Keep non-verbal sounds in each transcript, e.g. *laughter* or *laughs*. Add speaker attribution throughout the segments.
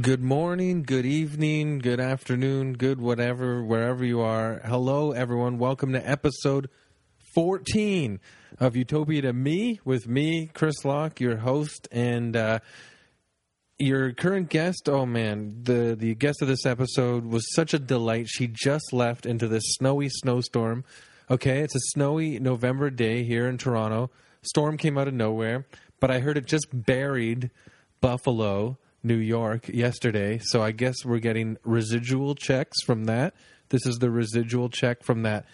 Speaker 1: Good morning, good evening, good afternoon, good whatever, wherever you are. Hello, everyone. Welcome to episode 14 of Utopia to Me with me, Chris Locke, your host, and uh, your current guest. Oh, man, the, the guest of this episode was such a delight. She just left into this snowy snowstorm. Okay, it's a snowy November day here in Toronto. Storm came out of nowhere, but I heard it just buried Buffalo, New York yesterday. So I guess we're getting residual checks from that. This is the residual check from that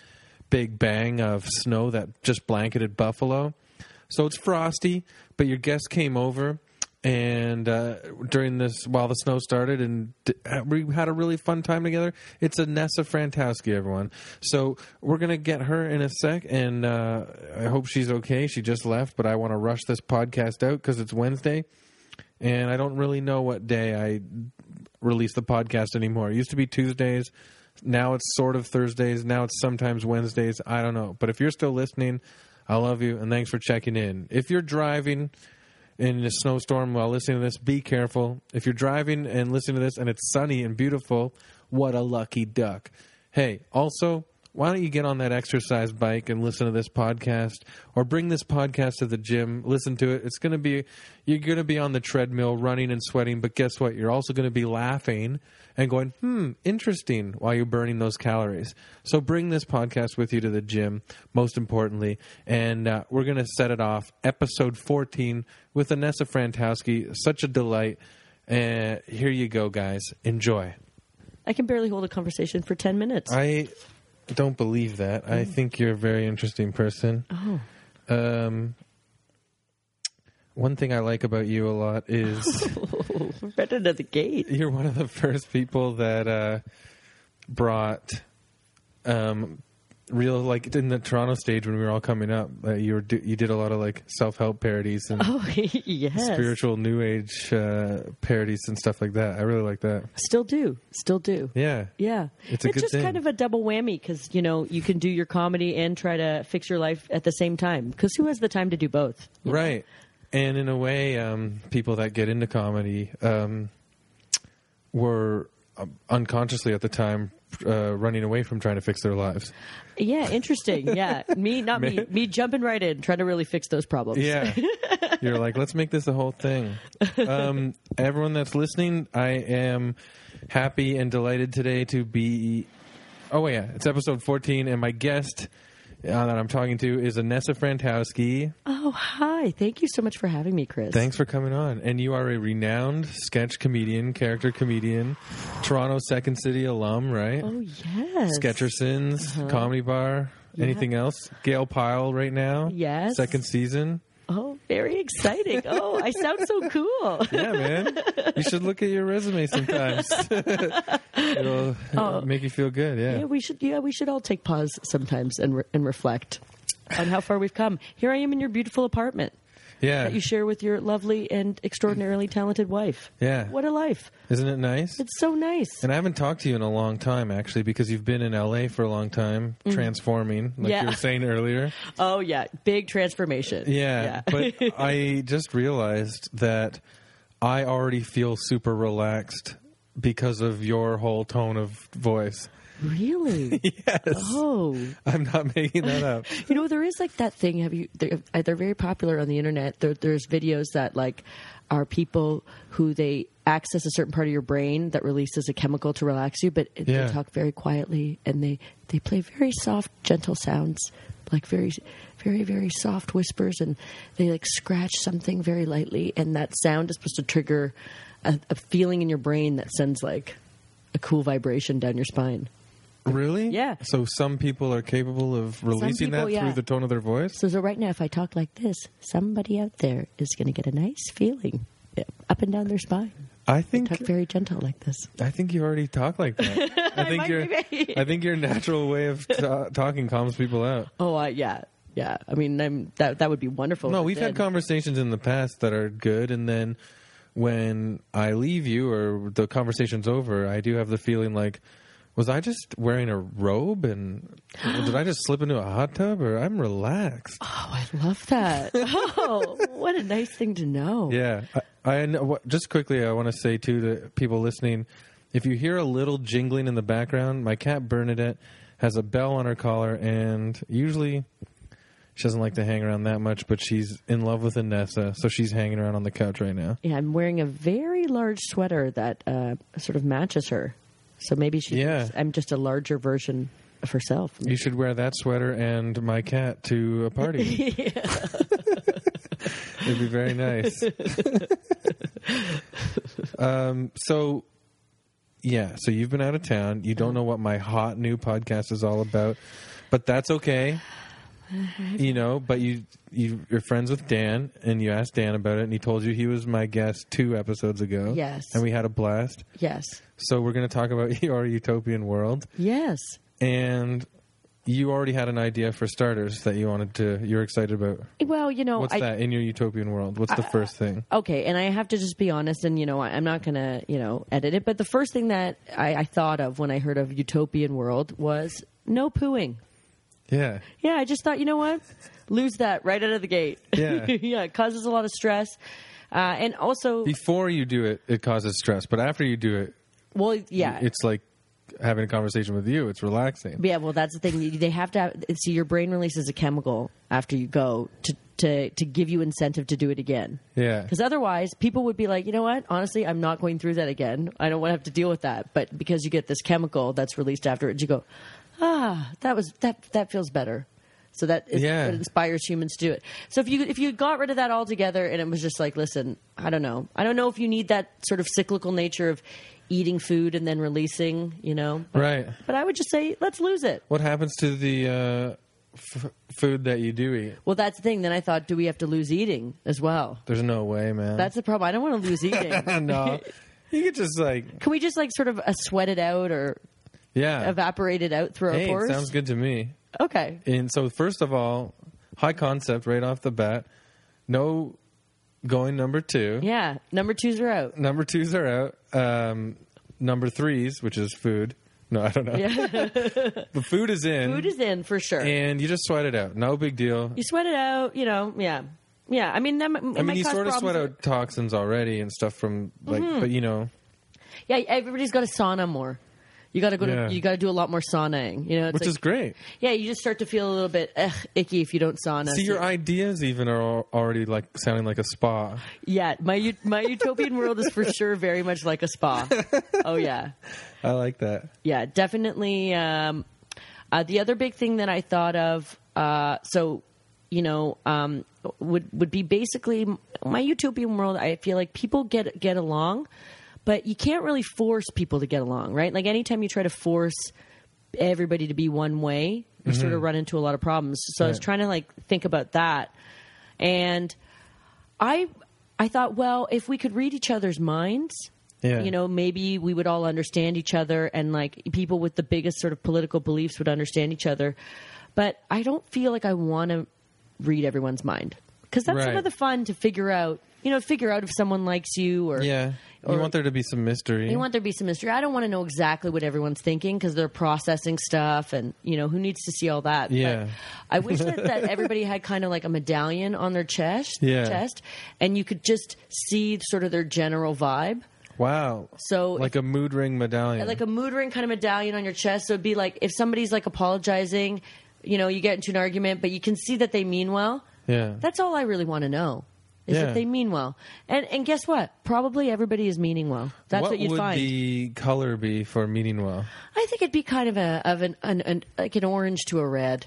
Speaker 1: big bang of snow that just blanketed Buffalo. So it's frosty, but your guest came over and uh, during this while the snow started and d- we had a really fun time together it's anessa frantowski everyone so we're gonna get her in a sec and uh, i hope she's okay she just left but i want to rush this podcast out because it's wednesday and I don't really know what day I release the podcast anymore. It used to be Tuesdays. Now it's sort of Thursdays. Now it's sometimes Wednesdays. I don't know. But if you're still listening, I love you and thanks for checking in. If you're driving in a snowstorm while listening to this, be careful. If you're driving and listening to this and it's sunny and beautiful, what a lucky duck. Hey, also, why don't you get on that exercise bike and listen to this podcast or bring this podcast to the gym listen to it it's going to be you're going to be on the treadmill running and sweating but guess what you're also going to be laughing and going hmm interesting while you're burning those calories so bring this podcast with you to the gym most importantly and uh, we're going to set it off episode 14 with anessa frantowski such a delight and here you go guys enjoy
Speaker 2: I can barely hold a conversation for 10 minutes.
Speaker 1: I don't believe that. I think you're a very interesting person.
Speaker 2: oh. *laughs*
Speaker 1: Um, one thing I like about you a lot *laughs* is
Speaker 2: We're right out of the gate.
Speaker 1: you're one of the first people that uh, brought um, real like in the Toronto stage when we were all coming up. Uh, you were do- you did a lot of like self help parodies and
Speaker 2: Oh, *laughs* yes.
Speaker 1: spiritual new age uh, parodies and stuff like that. I really like that.
Speaker 2: Still do. Still do.
Speaker 1: Yeah,
Speaker 2: Yeah.
Speaker 1: It's a good
Speaker 2: just
Speaker 1: thing.
Speaker 2: kind of a double whammy because, you know, you can do your comedy and try to fix your life at the same time. Because who has the time to do both?
Speaker 1: Right. And in a way, um, people that get into comedy um, were um, unconsciously at the time uh, running away from trying to fix their lives.
Speaker 2: Yeah,
Speaker 1: *laughs*
Speaker 2: interesting. Yeah. me, not me. Me jumping right in, trying to really fix those problems. *laughs*
Speaker 1: Yeah. You're like, let's make this a whole thing. Um, everyone that's listening, I am happy and delighted today to be. Oh, yeah. It's episode 14, and my guest uh, that I'm talking to is Anessa Frantowski.
Speaker 2: Oh, hi. Thank you so much for having me, Chris.
Speaker 1: Thanks for coming on. And you are a renowned sketch comedian, character comedian, Toronto Second City alum, right?
Speaker 2: Oh, yes. Uh-huh.
Speaker 1: Sketchersons, Comedy Bar, anything else? Gail Pyle right now.
Speaker 2: Yes.
Speaker 1: Second season.
Speaker 2: Oh, very exciting. Oh, I sound so cool. *laughs*
Speaker 1: Yeah, man. you should look at your resume sometimes. *laughs* It'll it'll make you feel good, yeah.
Speaker 2: Oh. Yeah, we should. Yeah, we should all take pause sometimes and re- and reflect on how far we've come. Here I am in your beautiful apartment
Speaker 1: Yeah.
Speaker 2: that you share with your lovely and extraordinarily talented wife.
Speaker 1: Yeah.
Speaker 2: what a life!
Speaker 1: Isn't it nice?
Speaker 2: It's so nice.
Speaker 1: And I haven't talked to you in a long time, actually, because you've been in LA for a long time, transforming, like
Speaker 2: Mm. Yeah.
Speaker 1: you were saying
Speaker 2: *laughs*
Speaker 1: earlier.
Speaker 2: Oh yeah, big transformation.
Speaker 1: Yeah, but I just realized that I already feel super relaxed because of your whole tone of
Speaker 2: *laughs*
Speaker 1: voice.
Speaker 2: *laughs*
Speaker 1: *laughs*
Speaker 2: really.
Speaker 1: Yes,
Speaker 2: Oh,
Speaker 1: I'm not making that
Speaker 2: *laughs*
Speaker 1: up.
Speaker 2: you know there is like that thing. Have you? They're, uh, they're very popular on the internet. There, there's videos that like are people who they access a certain part of your brain that releases a chemical to relax you, but
Speaker 1: Yeah.
Speaker 2: they talk very quietly and they they play very soft, gentle sounds, like very very very soft whispers, and they like scratch something very lightly, and that sound is supposed to trigger a, a feeling in your brain that sends like a cool vibration down your spine.
Speaker 1: Really?
Speaker 2: Yeah.
Speaker 1: So some people are capable of releasing
Speaker 2: people,
Speaker 1: that
Speaker 2: yeah.
Speaker 1: through the tone of their voice.
Speaker 2: So, so right now, if I talk like this, somebody out there is going to get a nice feeling uh, up and down their spine.
Speaker 1: I
Speaker 2: Talk
Speaker 1: think
Speaker 2: very gentle like this.
Speaker 1: I think you already talk like
Speaker 2: *laughs*
Speaker 1: that. I think
Speaker 2: might
Speaker 1: your
Speaker 2: be.
Speaker 1: I think your natural way of ta- talking calms people out.
Speaker 2: Oh, uh, yeah, yeah. I mean, I'm, that that would be wonderful.
Speaker 1: No,
Speaker 2: if it
Speaker 1: we've had
Speaker 2: did.
Speaker 1: conversations in the past that are good, and then when I leave you or the conversation's over, I do have the feeling like, Was I just wearing a robe
Speaker 2: *gasps*
Speaker 1: and did I just slip into a hot tub or I'm relaxed?
Speaker 2: Oh, I love that. *laughs* oh, what a nice thing to know.
Speaker 1: Yeah. I, I know, what- just quickly, I want to say too to people listening, if you hear a little jingling in the background, my cat Bernadette has a bell on her collar, and usually she doesn't like to hang around that much, but she's in love with Anessa, so she's hanging around on the couch right now.
Speaker 2: Yeah, I'm wearing a very large sweater that uh, sort of matches her. So maybe she.
Speaker 1: Yeah.
Speaker 2: thinks I'm just a larger version of herself.
Speaker 1: You should wear that sweater and my cat to a party. It'd be very nice. um, so, yeah, so you've been out of town. You don't know what my hot new podcast is all about, but that's okay. You know, but you, you you're friends with Dan, and you asked Dan about it, and he told you he was my guest two episodes ago.
Speaker 2: Yes.
Speaker 1: and we had a blast.
Speaker 2: Yes.
Speaker 1: So we're going to talk about *laughs* your utopian world
Speaker 2: Yes.
Speaker 1: and you already had an idea for starters that you wanted to you're excited about
Speaker 2: Well, you know,
Speaker 1: what's
Speaker 2: I, uh,
Speaker 1: that in your utopian world what's the first thing
Speaker 2: okay, and I have to just be honest, and you know, I- I'm not gonna, you know, edit it. But the first thing that I, I thought of when I heard of utopian world was no pooing.
Speaker 1: yeah
Speaker 2: Yeah, I just thought, you know what, lose that right out of the gate.
Speaker 1: Yeah.
Speaker 2: *laughs* yeah, it causes a lot of stress, uh, and also,
Speaker 1: before you do it it causes stress but after you do it
Speaker 2: well, yeah,
Speaker 1: it's like having a conversation with you it's relaxing
Speaker 2: Yeah, well, that's the thing. You- They have to have, see your brain releases a chemical after you go to to to give you incentive to do it again.
Speaker 1: yeah
Speaker 2: Because otherwise, people would be like, you know what? Honestly, I'm not going through that again. I don't want to have to deal with that. But because you get this chemical that's released afterwards, you go, ah, that was that that feels better. So that is
Speaker 1: Yeah.
Speaker 2: what inspires humans to do it. So if you if you got rid of that altogether and it was just like, listen, I don't know, I don't know if you need that sort of cyclical nature of eating food and then releasing, you know. But,
Speaker 1: right
Speaker 2: but I would just say, let's lose it.
Speaker 1: what happens to the uh, f- food that you do eat
Speaker 2: Well, that's the thing. Then I thought, do we have to lose eating as well?
Speaker 1: there's no way man
Speaker 2: That's the problem. I don't want to lose
Speaker 1: *laughs*
Speaker 2: eating. *laughs*
Speaker 1: no you could just like
Speaker 2: Can we just like sort of uh, sweat it out or
Speaker 1: yeah
Speaker 2: evaporate it out through our
Speaker 1: hey it
Speaker 2: pores?
Speaker 1: sounds good to me
Speaker 2: Okay.
Speaker 1: And so, first of all, high concept right off the bat. No going number two.
Speaker 2: Yeah. Number twos are out.
Speaker 1: Number twos are out. Um, number threes, which is food. No, I don't know.
Speaker 2: Yeah.
Speaker 1: *laughs* But food is in.
Speaker 2: Food is in for sure.
Speaker 1: and you just sweat it out. No big deal.
Speaker 2: you sweat it out. You know. Yeah. Yeah. I mean, that, I
Speaker 1: I mean, you sort of sweat out toxins already and stuff from like,
Speaker 2: Mm-hmm.
Speaker 1: but you know,
Speaker 2: Yeah. Everybody's got to sauna more. You got to go
Speaker 1: Yeah.
Speaker 2: to. You got to do a lot more saunaing. You know. It's
Speaker 1: which
Speaker 2: like-
Speaker 1: is great.
Speaker 2: Yeah. You just start to feel a little bit ugh, icky if you don't sauna.
Speaker 1: See,
Speaker 2: So-
Speaker 1: your ideas even are al- already like sounding like a spa.
Speaker 2: Yeah, my ut- my utopian world is for sure very much like
Speaker 1: *laughs*
Speaker 2: a spa. Oh yeah,
Speaker 1: I like that.
Speaker 2: yeah, definitely. Um, uh, the other big thing that I thought of, uh, so you know, um, would would be basically my utopian world. I feel like people get get along, but you can't really force people to get along, right? Like anytime you try to force everybody to be one way, you sort of run into a lot of problems. So I was
Speaker 1: Right.
Speaker 2: trying to like think about that, and I I thought, well, if we could read each other's minds,
Speaker 1: Yeah.
Speaker 2: you know, maybe we would all understand each other, and like people with the biggest sort of political beliefs would understand each other. But I don't feel like I want to read everyone's mind because that's some
Speaker 1: Right.
Speaker 2: of the fun to figure out. You know, figure out if someone likes you or
Speaker 1: Yeah.
Speaker 2: Or-
Speaker 1: you want there to be some mystery.
Speaker 2: you want there to be some mystery. I don't want to know exactly what everyone's thinking because they're processing stuff, and you know who needs to see all that. But
Speaker 1: Yeah.
Speaker 2: I wish that, that
Speaker 1: *laughs*
Speaker 2: everybody had kind of like a medallion on their chest,
Speaker 1: Yeah.
Speaker 2: chest, and you could just see sort of their general vibe.
Speaker 1: wow.
Speaker 2: So
Speaker 1: like a mood ring medallion.
Speaker 2: like a mood ring kind of medallion on your chest. So it'd be like if somebody's like apologizing, you know, you get into an argument, but you can see that they mean well.
Speaker 1: yeah.
Speaker 2: That's all I really want to know. Is
Speaker 1: Yeah.
Speaker 2: that they mean well, and and guess what? Probably everybody is meaning well. That's what, you'd
Speaker 1: would
Speaker 2: find.
Speaker 1: the color be for meaning well?
Speaker 2: I think it'd be kind of a of an, an, an like an orange to a red,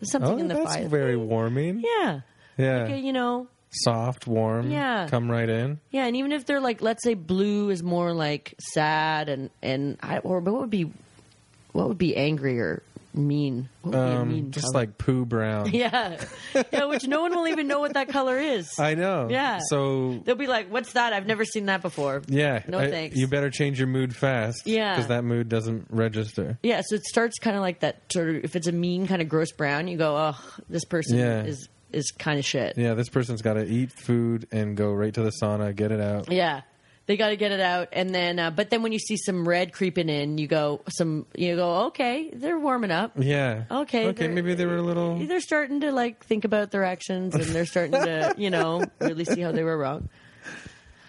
Speaker 2: something
Speaker 1: Oh,
Speaker 2: in the
Speaker 1: that's
Speaker 2: fire.
Speaker 1: very warming.
Speaker 2: yeah,
Speaker 1: Yeah,
Speaker 2: Okay, you know,
Speaker 1: soft, warm.
Speaker 2: Yeah.
Speaker 1: come right in.
Speaker 2: yeah. And even if they're like, let's say blue is more like sad and and I, or but what would be what would be angry or mean? What would be a
Speaker 1: Um,
Speaker 2: mean
Speaker 1: just
Speaker 2: color?
Speaker 1: like poo brown.
Speaker 2: *laughs* yeah, yeah, which no one will even know what that color is.
Speaker 1: I know.
Speaker 2: Yeah.
Speaker 1: So
Speaker 2: They'll be like, "What's that? I've never seen that before."
Speaker 1: yeah,
Speaker 2: no
Speaker 1: I-
Speaker 2: thanks.
Speaker 1: You better change your mood fast.
Speaker 2: Yeah.
Speaker 1: because that mood doesn't register.
Speaker 2: Yeah, so it starts kind of like that sort of if it's a mean kind of gross brown, you go, "Oh, this person
Speaker 1: Yeah.
Speaker 2: is is kind of shit."
Speaker 1: Yeah, this person's got to eat food and go right to the sauna, get it out.
Speaker 2: Yeah. They got to get it out, and then uh, but then when you see some red creeping in, you go some you go okay, they're warming up.
Speaker 1: Yeah.
Speaker 2: Okay,
Speaker 1: Okay.
Speaker 2: they're-
Speaker 1: Maybe they were a little.
Speaker 2: They're starting to like think about their actions, and they're starting to you know really see how they were wrong.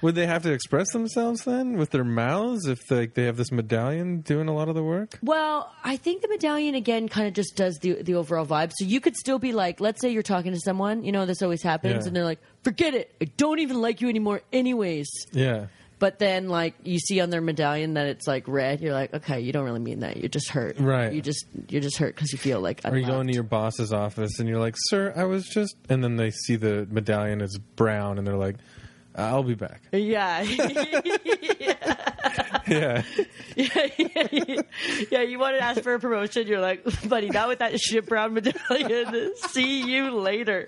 Speaker 1: Would they have to express themselves then with their mouths if like they have this medallion doing a lot of the work?
Speaker 2: Well, I think the medallion again kind of just does the the overall vibe. So you could still be like, let's say you're talking to someone, you know, this always happens,
Speaker 1: Yeah.
Speaker 2: and they're like, forget it, I don't even like you anymore, anyways.
Speaker 1: Yeah.
Speaker 2: But then, like, you see on their medallion that it's like red. You're like, okay, you don't really mean that. You're just hurt,
Speaker 1: Right.
Speaker 2: You just you're just hurt because you feel like.
Speaker 1: Or you go
Speaker 2: unloved.
Speaker 1: into your boss's office and you're like, "Sir, I was just," and then they see the medallion is brown and they're like, "I'll be back."
Speaker 2: Yeah.
Speaker 1: *laughs*
Speaker 2: *laughs*
Speaker 1: yeah.
Speaker 2: yeah, yeah, yeah. You want to ask for a promotion? You're like, buddy, not with that shit brown medallion. See you later.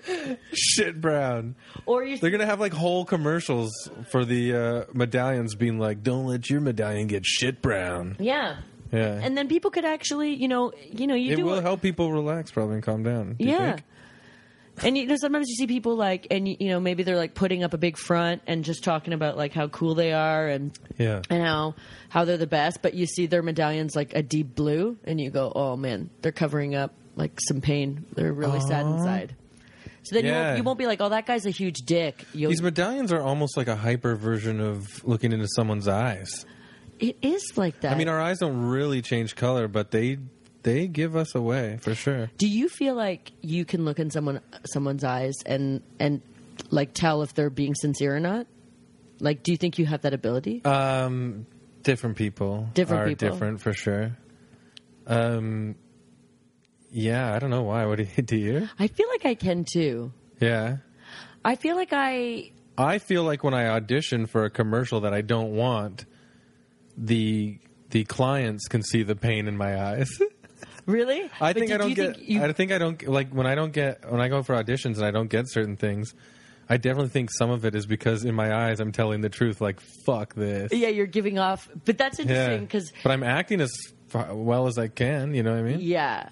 Speaker 1: Shit, brown.
Speaker 2: Or you
Speaker 1: They're gonna have like whole commercials for the uh, medallions being like, "Don't let your medallion get shit brown."
Speaker 2: Yeah.
Speaker 1: Yeah.
Speaker 2: And then people could actually, you know, you know, you
Speaker 1: it
Speaker 2: do
Speaker 1: will help people relax probably and calm down. do you
Speaker 2: Yeah.
Speaker 1: think?
Speaker 2: And you know, sometimes you see people like, and you know, maybe they're like putting up a big front and just talking about like how cool they are and
Speaker 1: Yeah.
Speaker 2: and how how they're the best. But you see their medallions like a deep blue, and you go, oh man, they're covering up like some pain. They're really sad
Speaker 1: Aw.
Speaker 2: inside. So then you,
Speaker 1: Yeah.
Speaker 2: won't, you won't be like, oh, that guy's a huge dick. You'll,
Speaker 1: These medallions are almost like a hyper version of looking into someone's eyes.
Speaker 2: it is like that.
Speaker 1: I mean, our eyes don't really change color, but they they give us away for sure.
Speaker 2: Do you feel like you can look in someone someone's eyes and and like tell if they're being sincere or not? Like, do you think you have that ability?
Speaker 1: Um, different people
Speaker 2: Different
Speaker 1: are
Speaker 2: people.
Speaker 1: different for sure. Um, yeah, I don't know why. What do you *laughs* do? You?
Speaker 2: I feel like I can too.
Speaker 1: Yeah,
Speaker 2: I feel like I
Speaker 1: I feel like when I audition for a commercial that I don't want, the the clients can see the pain in my eyes. *laughs*
Speaker 2: really.
Speaker 1: I
Speaker 2: But
Speaker 1: think
Speaker 2: do-
Speaker 1: I
Speaker 2: do
Speaker 1: don't
Speaker 2: you
Speaker 1: get.
Speaker 2: think you-
Speaker 1: I think I don't like when I don't get when I go for auditions and I don't get certain things. I definitely think some of it is because in my eyes I'm telling the truth. Like fuck this.
Speaker 2: yeah, you're giving off, but that's interesting because
Speaker 1: but I'm acting as f- well as I can. You know what I mean?
Speaker 2: yeah.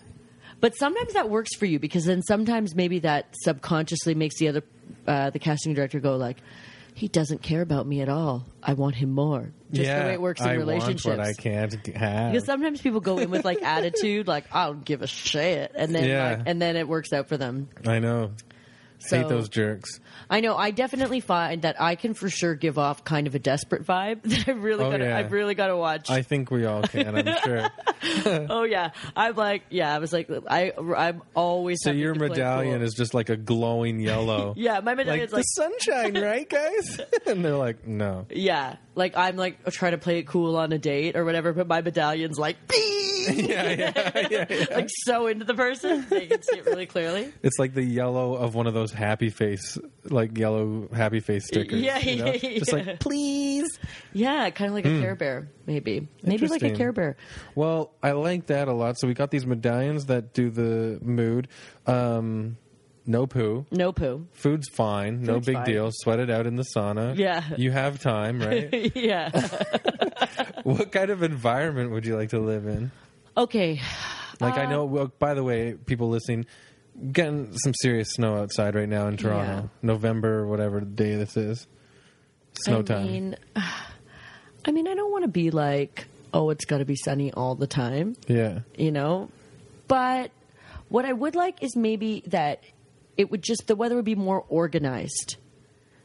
Speaker 2: But sometimes that works for you because then sometimes maybe that subconsciously makes the other uh, the casting director go like, he doesn't care about me at all. I want him more. Just the way it works in
Speaker 1: I
Speaker 2: relationships.
Speaker 1: Want what I can't g- have.
Speaker 2: Because sometimes people go in with like attitude, like I don't give a shit, and then
Speaker 1: Yeah.
Speaker 2: like, and then it works out for them.
Speaker 1: I know.
Speaker 2: So
Speaker 1: Hate those jerks.
Speaker 2: I know. I definitely find that I can for sure give off kind of a desperate vibe. *laughs* That I really
Speaker 1: Oh,
Speaker 2: got. to
Speaker 1: yeah.
Speaker 2: I've really got to watch.
Speaker 1: I think we all can.
Speaker 2: *laughs*
Speaker 1: I'm sure.
Speaker 2: oh yeah, I'm like yeah. I was like I I'm always.
Speaker 1: So your medallion is just like a glowing yellow.
Speaker 2: *laughs* yeah. My
Speaker 1: Like,
Speaker 2: medallion's
Speaker 1: the
Speaker 2: like.
Speaker 1: sunshine, right, guys? *laughs* and they're like, no.
Speaker 2: yeah, like I'm like trying to play it cool on a date or whatever, but my medallion's
Speaker 1: *laughs*
Speaker 2: like, *laughs*
Speaker 1: Yeah, yeah, yeah, yeah.
Speaker 2: like so into the person, they can see it really clearly.
Speaker 1: It's like the yellow of one of those happy face, like yellow happy face stickers.
Speaker 2: Yeah,
Speaker 1: you know?
Speaker 2: yeah,
Speaker 1: Just
Speaker 2: yeah.
Speaker 1: like, please.
Speaker 2: Yeah, kind of like a Care Bear, maybe, maybe like a
Speaker 1: Hmm. Interesting.
Speaker 2: Care Bear.
Speaker 1: Well, I like that a lot. So we got these medallions that do the mood. Um, no poo.
Speaker 2: No poo.
Speaker 1: Food's fine. no
Speaker 2: Food's
Speaker 1: big
Speaker 2: fine.
Speaker 1: deal. Sweat it out in the sauna.
Speaker 2: Yeah.
Speaker 1: You have time, *laughs*
Speaker 2: *laughs*
Speaker 1: right?
Speaker 2: yeah.
Speaker 1: what kind of environment would you like to live in?
Speaker 2: Okay.
Speaker 1: Like, I
Speaker 2: Um,
Speaker 1: know, well, by the way, people listening, getting some serious snow outside right now in Toronto.
Speaker 2: Yeah.
Speaker 1: November, whatever day this is. Snow
Speaker 2: I
Speaker 1: time.
Speaker 2: mean, *sighs* I mean, I don't want to be like, oh, it's got to be sunny all the time,
Speaker 1: yeah.
Speaker 2: you know. But what I would like is maybe that it would just the weather would be more organized.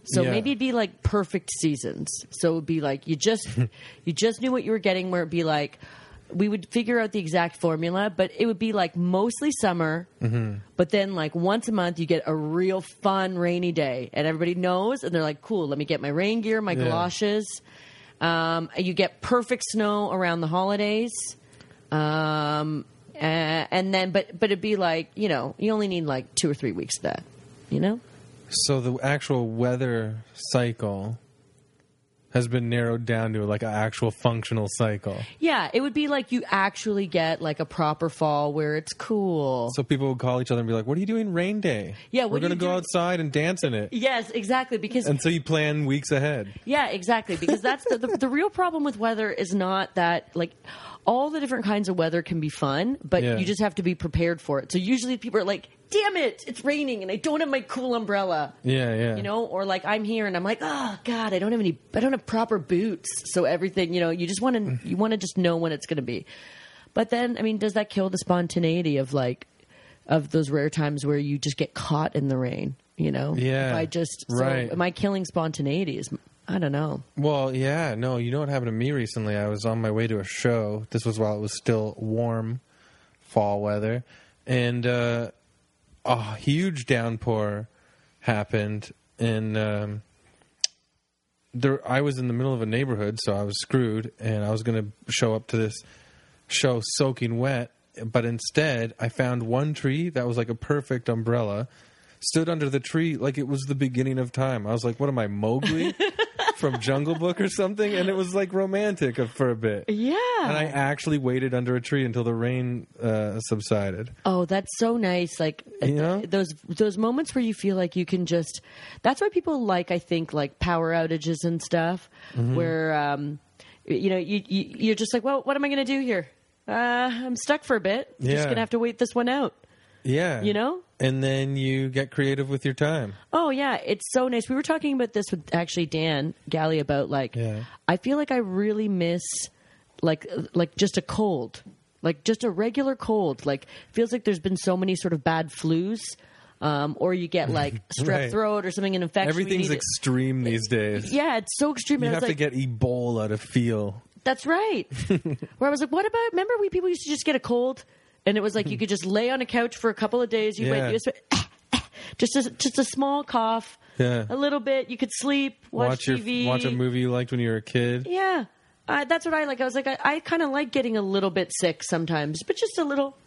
Speaker 2: So
Speaker 1: Yeah.
Speaker 2: maybe it'd be like perfect seasons. So it would be like you just you just knew what you were getting. Where it'd be like we would figure out the exact formula, but it would be like mostly summer. But then like once a month you get a real fun rainy day, and everybody knows, and they're like, "Cool, let me get my rain gear, my
Speaker 1: Yeah.
Speaker 2: galoshes." Um, you get perfect snow around the holidays. Um, a- and then, but but it'd be like you know you only need like two or three weeks of that, you know.
Speaker 1: So the actual weather cycle has been narrowed down to like an actual functional cycle.
Speaker 2: Yeah, it would be like you actually get like a proper fall where it's cool.
Speaker 1: So people would call each other and be like, "What are you doing rain day?
Speaker 2: Yeah,
Speaker 1: we're
Speaker 2: what are
Speaker 1: gonna
Speaker 2: you
Speaker 1: go
Speaker 2: doing?"
Speaker 1: outside and dance in it."
Speaker 2: yes, exactly. Because
Speaker 1: And so you plan weeks ahead.
Speaker 2: yeah, exactly. Because that's the, the the real problem with weather is not that like all the different kinds of weather can be fun, but
Speaker 1: Yeah.
Speaker 2: you just have to be prepared for it. So usually people are like, "Damn it, it's raining and I don't have my cool umbrella."
Speaker 1: Yeah, yeah.
Speaker 2: You know, or like I'm here and I'm like, "Oh god, I don't have any I don't have proper boots." So everything, you know, you just want to
Speaker 1: Mm-hmm.
Speaker 2: you want to just know when it's going to be. But then, I mean, does that kill the spontaneity of like of those rare times where you just get caught in the rain, you know?
Speaker 1: Yeah.
Speaker 2: If I just so
Speaker 1: Right.
Speaker 2: am I killing spontaneity? Is I don't know.
Speaker 1: Well, yeah, no, you know what happened to me recently? I was on my way to a show. This was while it was still warm fall weather. And uh, a huge downpour happened. And um, there, I was in the middle of a neighborhood, so I was screwed. And I was going to show up to this show soaking wet. But instead, I found one tree that was like a perfect umbrella. Stood under the tree like it was the beginning of time. I was like, "What am I, Mowgli?" from Jungle Book or something, and it was like romantic for a bit.
Speaker 2: Yeah.
Speaker 1: And I actually waited under a tree until the rain uh, subsided.
Speaker 2: Oh, that's so nice. Like
Speaker 1: You know?
Speaker 2: th- those those moments where you feel like you can just that's why people like I think like power outages and stuff
Speaker 1: Mm-hmm.
Speaker 2: where um you know you, you you're just like, "Well, what am I going to do here? Uh, I'm stuck for a bit.
Speaker 1: Yeah.
Speaker 2: Just going to have to wait this one out."
Speaker 1: Yeah.
Speaker 2: You know?
Speaker 1: And then you get creative with your time.
Speaker 2: Oh yeah, it's so nice. We were talking about this with actually Dan Galley about like
Speaker 1: Yeah.
Speaker 2: I feel like I really miss like like just a cold. Like just a regular cold. Like feels like there's been so many sort of bad flus um, or you get like
Speaker 1: *laughs*
Speaker 2: strep
Speaker 1: Right.
Speaker 2: throat or something an infection. we
Speaker 1: Everything's
Speaker 2: need it-
Speaker 1: extreme these days.
Speaker 2: yeah, it's so extreme.
Speaker 1: You
Speaker 2: and I
Speaker 1: have
Speaker 2: was
Speaker 1: to
Speaker 2: like,
Speaker 1: get Ebola to feel.
Speaker 2: that's right.
Speaker 1: *laughs*
Speaker 2: Where I was like, what about? Remember, we people used to just get a cold, and it
Speaker 1: *laughs*
Speaker 2: was like you could just lay on a couch for a couple of days. You
Speaker 1: Yeah.
Speaker 2: went, you just, went, *laughs* just a, just a small cough,
Speaker 1: Yeah.
Speaker 2: a little bit. You could sleep, watch,
Speaker 1: your
Speaker 2: TV,
Speaker 1: watch a movie you liked when you were a kid.
Speaker 2: Yeah, uh, that's what I like. I was like, I, I kind of like getting a little bit sick sometimes, but just a little,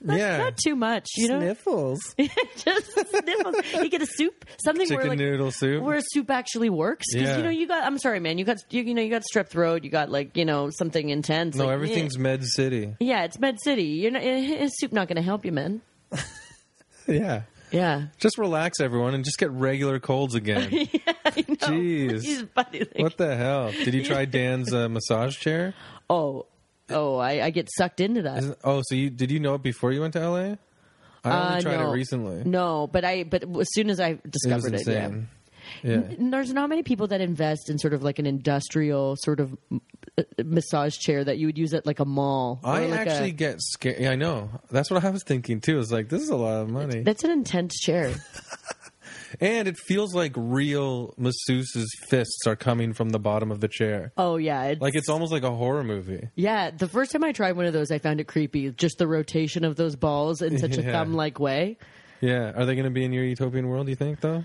Speaker 2: not,
Speaker 1: yeah.
Speaker 2: not too much. You know,
Speaker 1: Sniffles.
Speaker 2: *laughs* just sniffles. You get a soup, something
Speaker 1: Chicken
Speaker 2: where like
Speaker 1: noodle soup.
Speaker 2: where a soup actually works because
Speaker 1: Yeah.
Speaker 2: you know you got. I'm sorry, man. You got you, you know you got strep throat. You got like you know something intense.
Speaker 1: no,
Speaker 2: like,
Speaker 1: everything's
Speaker 2: eh.
Speaker 1: Med City.
Speaker 2: yeah. It's Med City. You're not, eh, eh, soup not going to help you, man.
Speaker 1: Yeah.
Speaker 2: *laughs* Yeah.
Speaker 1: Just relax, everyone, and just get regular colds
Speaker 2: *laughs*
Speaker 1: again.
Speaker 2: I know.
Speaker 1: Jeez.
Speaker 2: He's funny, like,
Speaker 1: what the hell? Did you
Speaker 2: *laughs*
Speaker 1: try Dan's uh, massage chair?
Speaker 2: Oh, oh, I, I get sucked into that.
Speaker 1: Isn't- oh, so you did you know it before you went to LA? I only
Speaker 2: Uh,
Speaker 1: tried
Speaker 2: no.
Speaker 1: it recently.
Speaker 2: No, but I but as soon as I
Speaker 1: it was
Speaker 2: discovered it, yeah.
Speaker 1: insane. Yeah.
Speaker 2: N- There's not many people that invest in sort of like an industrial sort of m- uh, massage chair that you would use at like a mall. or
Speaker 1: I
Speaker 2: like a-
Speaker 1: actually get scared. Yeah, I know. That's what I was thinking too. It's like this is a lot of money,
Speaker 2: that's an
Speaker 1: *laughs*
Speaker 2: intense chair.
Speaker 1: and it feels like real masseuses' fists are coming from the bottom of the chair.
Speaker 2: Oh yeah, it's,
Speaker 1: Like it's almost like a horror movie.
Speaker 2: yeah. The first time I tried one of those, I found it creepy. Just the rotation of those balls in such
Speaker 1: *laughs* Yeah.
Speaker 2: a thumb like way.
Speaker 1: Yeah. Are they going to be in your utopian world? Do you think though?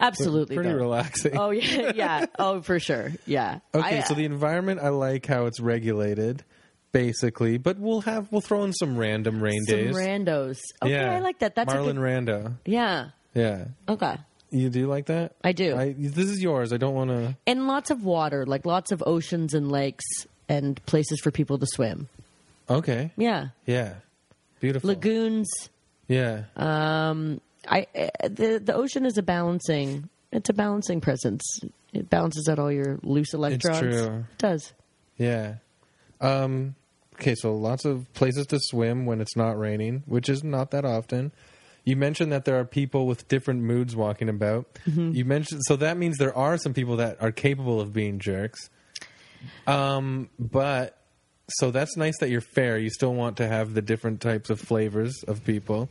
Speaker 2: Absolutely.
Speaker 1: Pretty
Speaker 2: though.
Speaker 1: relaxing.
Speaker 2: Oh *laughs* yeah, yeah. Oh for sure. Yeah.
Speaker 1: Okay,
Speaker 2: I-
Speaker 1: so the environment I like how it's regulated, basically. But we'll have we'll throw in some random rain
Speaker 2: some
Speaker 1: days.
Speaker 2: randos. Okay,
Speaker 1: yeah,
Speaker 2: I like that. That's
Speaker 1: Marlon
Speaker 2: a good,
Speaker 1: Rando.
Speaker 2: yeah.
Speaker 1: Yeah,
Speaker 2: Okay.
Speaker 1: you do like that.
Speaker 2: I do.
Speaker 1: I, this is yours. I don't want to.
Speaker 2: And lots of water, like lots of oceans and lakes and places for people to swim.
Speaker 1: Okay.
Speaker 2: Yeah.
Speaker 1: Yeah. Beautiful.
Speaker 2: lagoons.
Speaker 1: yeah.
Speaker 2: I uh, the the ocean is a balancing. It's a balancing presence. It balances out all your loose electrons.
Speaker 1: true.
Speaker 2: It does.
Speaker 1: yeah. Um, okay, so lots of places to swim when it's not raining, which is not that often. You mentioned that there are people with different moods walking about. You mentioned so that means there are some people that are capable of being jerks. Um, but so that's nice that you're fair. You still want to have the different types of flavors of people.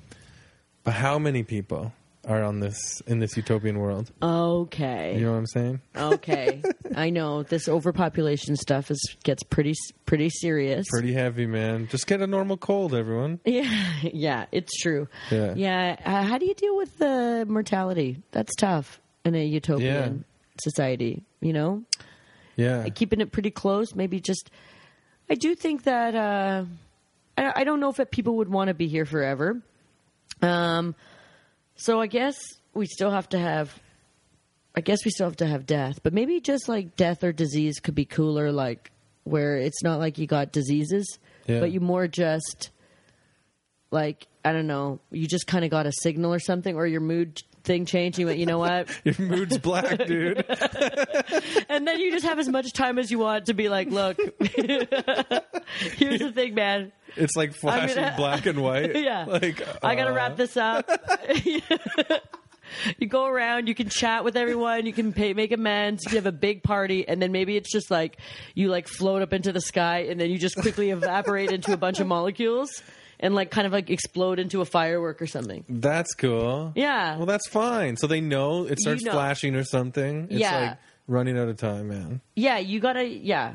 Speaker 1: But how many people are on this in this utopian world? You
Speaker 2: Okay.
Speaker 1: know what I'm saying? *laughs*
Speaker 2: okay. I know this overpopulation stuff is gets pretty s- pretty serious.
Speaker 1: Pretty heavy, man. Just get a normal cold, everyone.
Speaker 2: *laughs* yeah, yeah, it's true.
Speaker 1: Yeah.
Speaker 2: Uh, how do you deal with the mortality? That's tough in a utopian society, you know?
Speaker 1: Yeah.
Speaker 2: keeping it pretty close. Maybe just, I do think that uh, I, I don't know if that people would want to be here forever. Um, so I guess we still have to have. I guess we still have to have death, but maybe just like death or disease could be cooler, like where it's not like you got diseases,
Speaker 1: Yeah.
Speaker 2: but you more just like I don't know, you just kind of got a signal or something, or your mood thing changed. And you went, you know what?
Speaker 1: Your mood's black,
Speaker 2: *laughs*
Speaker 1: dude.
Speaker 2: and then you just have as much time as you want to be like, look, *laughs* here's the thing, man.
Speaker 1: It's like flashing
Speaker 2: gonna- *laughs*
Speaker 1: black and white.
Speaker 2: Yeah.
Speaker 1: Like
Speaker 2: I got to
Speaker 1: uh,
Speaker 2: wrap this up. *laughs* you go around, you can chat with everyone, you can pay, make amends, you have a big party, and then maybe it's just like you like float up into the sky and then you just quickly evaporate into a bunch of molecules and like kind of like explode into a firework or something.
Speaker 1: um, That's cool.
Speaker 2: Yeah.
Speaker 1: Well, that's fine. So they know it starts
Speaker 2: know.
Speaker 1: flashing or something. It's
Speaker 2: Yeah.
Speaker 1: like running out of time, man.
Speaker 2: Yeah, you gotta, yeah.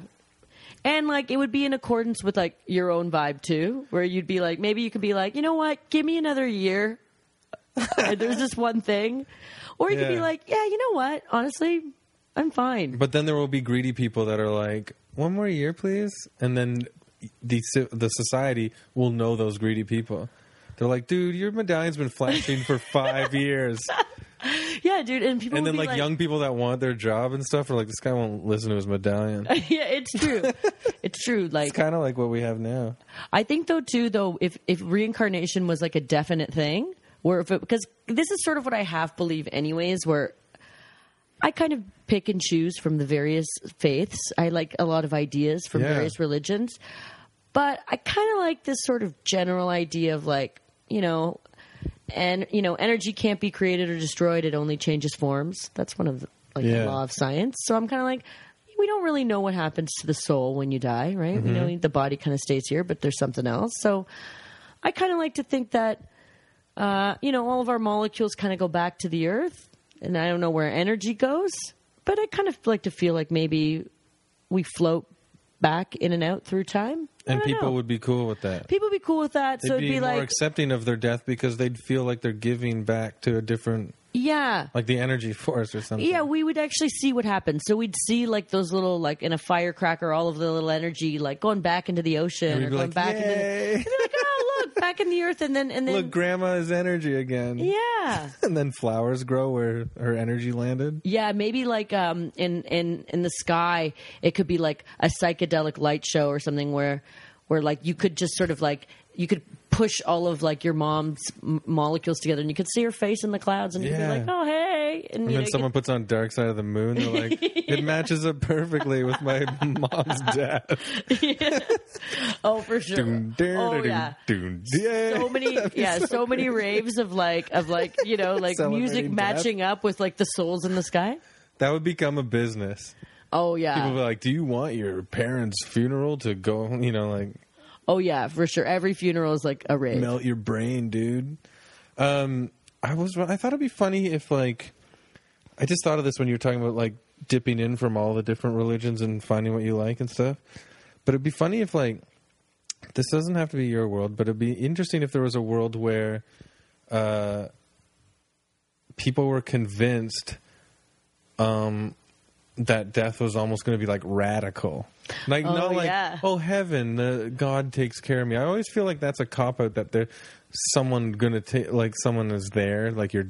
Speaker 2: And like it would be in accordance with like your own vibe too, where you'd be like, maybe you could be like, you know what, give me another year. *laughs* And There's this one thing. Or you could be
Speaker 1: Yeah.
Speaker 2: like, yeah, you know what, honestly, I'm fine.
Speaker 1: But then there will be greedy people that are like, one more year, please. And then the so- the society will know those greedy people. They're like, dude, your medallion's been flashing
Speaker 2: *laughs*
Speaker 1: for five years.
Speaker 2: Yeah, dude. And people
Speaker 1: And
Speaker 2: would
Speaker 1: then,
Speaker 2: be
Speaker 1: like, young people that want their job and stuff are like, this guy won't listen to his
Speaker 2: *laughs*
Speaker 1: medallion. It's
Speaker 2: *laughs* yeah, it's true. it's true. Like
Speaker 1: kind of like what we have now.
Speaker 2: I think though too though if if reincarnation was like a definite thing, where if it, because this is sort of what I half believe anyways, where I kind of pick and choose from the various faiths. I like a lot of ideas from
Speaker 1: Yeah.
Speaker 2: various religions, but I kind of like this sort of general idea of like you know. And you know, energy can't be created or destroyed; it only changes forms. That's one of the, like
Speaker 1: Yeah.
Speaker 2: the law of science. So I'm kind of like, we don't really know what happens to the soul when you die, right?
Speaker 1: Mm-hmm.
Speaker 2: We know the body kind of stays here, but there's something else. So I kind of like to think that, uh, you know, all of our molecules kind of go back to the earth, and I don't know where energy goes, but I kind of like to feel like maybe we float back in and out through time. I
Speaker 1: And
Speaker 2: don't
Speaker 1: people
Speaker 2: know.
Speaker 1: would be cool with that.
Speaker 2: people would be cool with that.
Speaker 1: They'd
Speaker 2: so it'd
Speaker 1: be,
Speaker 2: be,
Speaker 1: more
Speaker 2: like,
Speaker 1: accepting of their death because they'd feel like they're giving back to a different,
Speaker 2: yeah.
Speaker 1: like the energy *laughs* force or something.
Speaker 2: Yeah, we would actually see what happens. So we'd see like those little like in a firecracker, all of the little energy like going back into the ocean
Speaker 1: And
Speaker 2: or
Speaker 1: we'd be
Speaker 2: going
Speaker 1: like,
Speaker 2: back into the,
Speaker 1: yay!
Speaker 2: like, oh look, back in the earth and then *laughs* and then
Speaker 1: Look, grandma is energy again.
Speaker 2: Yeah.
Speaker 1: *laughs* And then flowers grow where her energy landed.
Speaker 2: Yeah, maybe like um in in in the sky it could be like a psychedelic light show or something where where like you could just sort of like you could push all of like your mom's m- molecules together and you could see her face in the clouds and you'd be
Speaker 1: Yeah.
Speaker 2: like, "Oh, hey."
Speaker 1: And
Speaker 2: And, you
Speaker 1: then
Speaker 2: know, you *laughs*
Speaker 1: someone puts on Dark Side of the Moon. They're like, it matches up perfectly with
Speaker 2: *laughs*
Speaker 1: my mom's death.
Speaker 2: could- *laughs* oh, for sure.
Speaker 1: Dun, dun,
Speaker 2: oh
Speaker 1: dun,
Speaker 2: yeah.
Speaker 1: dun, dun, yay. *laughs*
Speaker 2: so many yeah so, many raves of like of like you know like music
Speaker 1: Celebrating
Speaker 2: matching up with like the souls in the sky
Speaker 1: That would become a business.
Speaker 2: oh yeah
Speaker 1: People would be like, do you want your parents' funeral to go, you know, like
Speaker 2: oh yeah for sure every funeral is like a rave
Speaker 1: melt your brain, dude? Um, I was, I thought it'd be funny if like, I just thought of this when you were talking about like dipping in from all the different religions and finding what you like and stuff. But it'd be funny if like this doesn't have to be your world, but it'd be interesting if there was a world where uh, people were convinced um, that death was almost going to be like radical. Like
Speaker 2: Oh,
Speaker 1: not like
Speaker 2: yeah.
Speaker 1: oh heaven, uh, God takes care of me. I always feel like that's a cop out that there someone going to take like someone is there, like your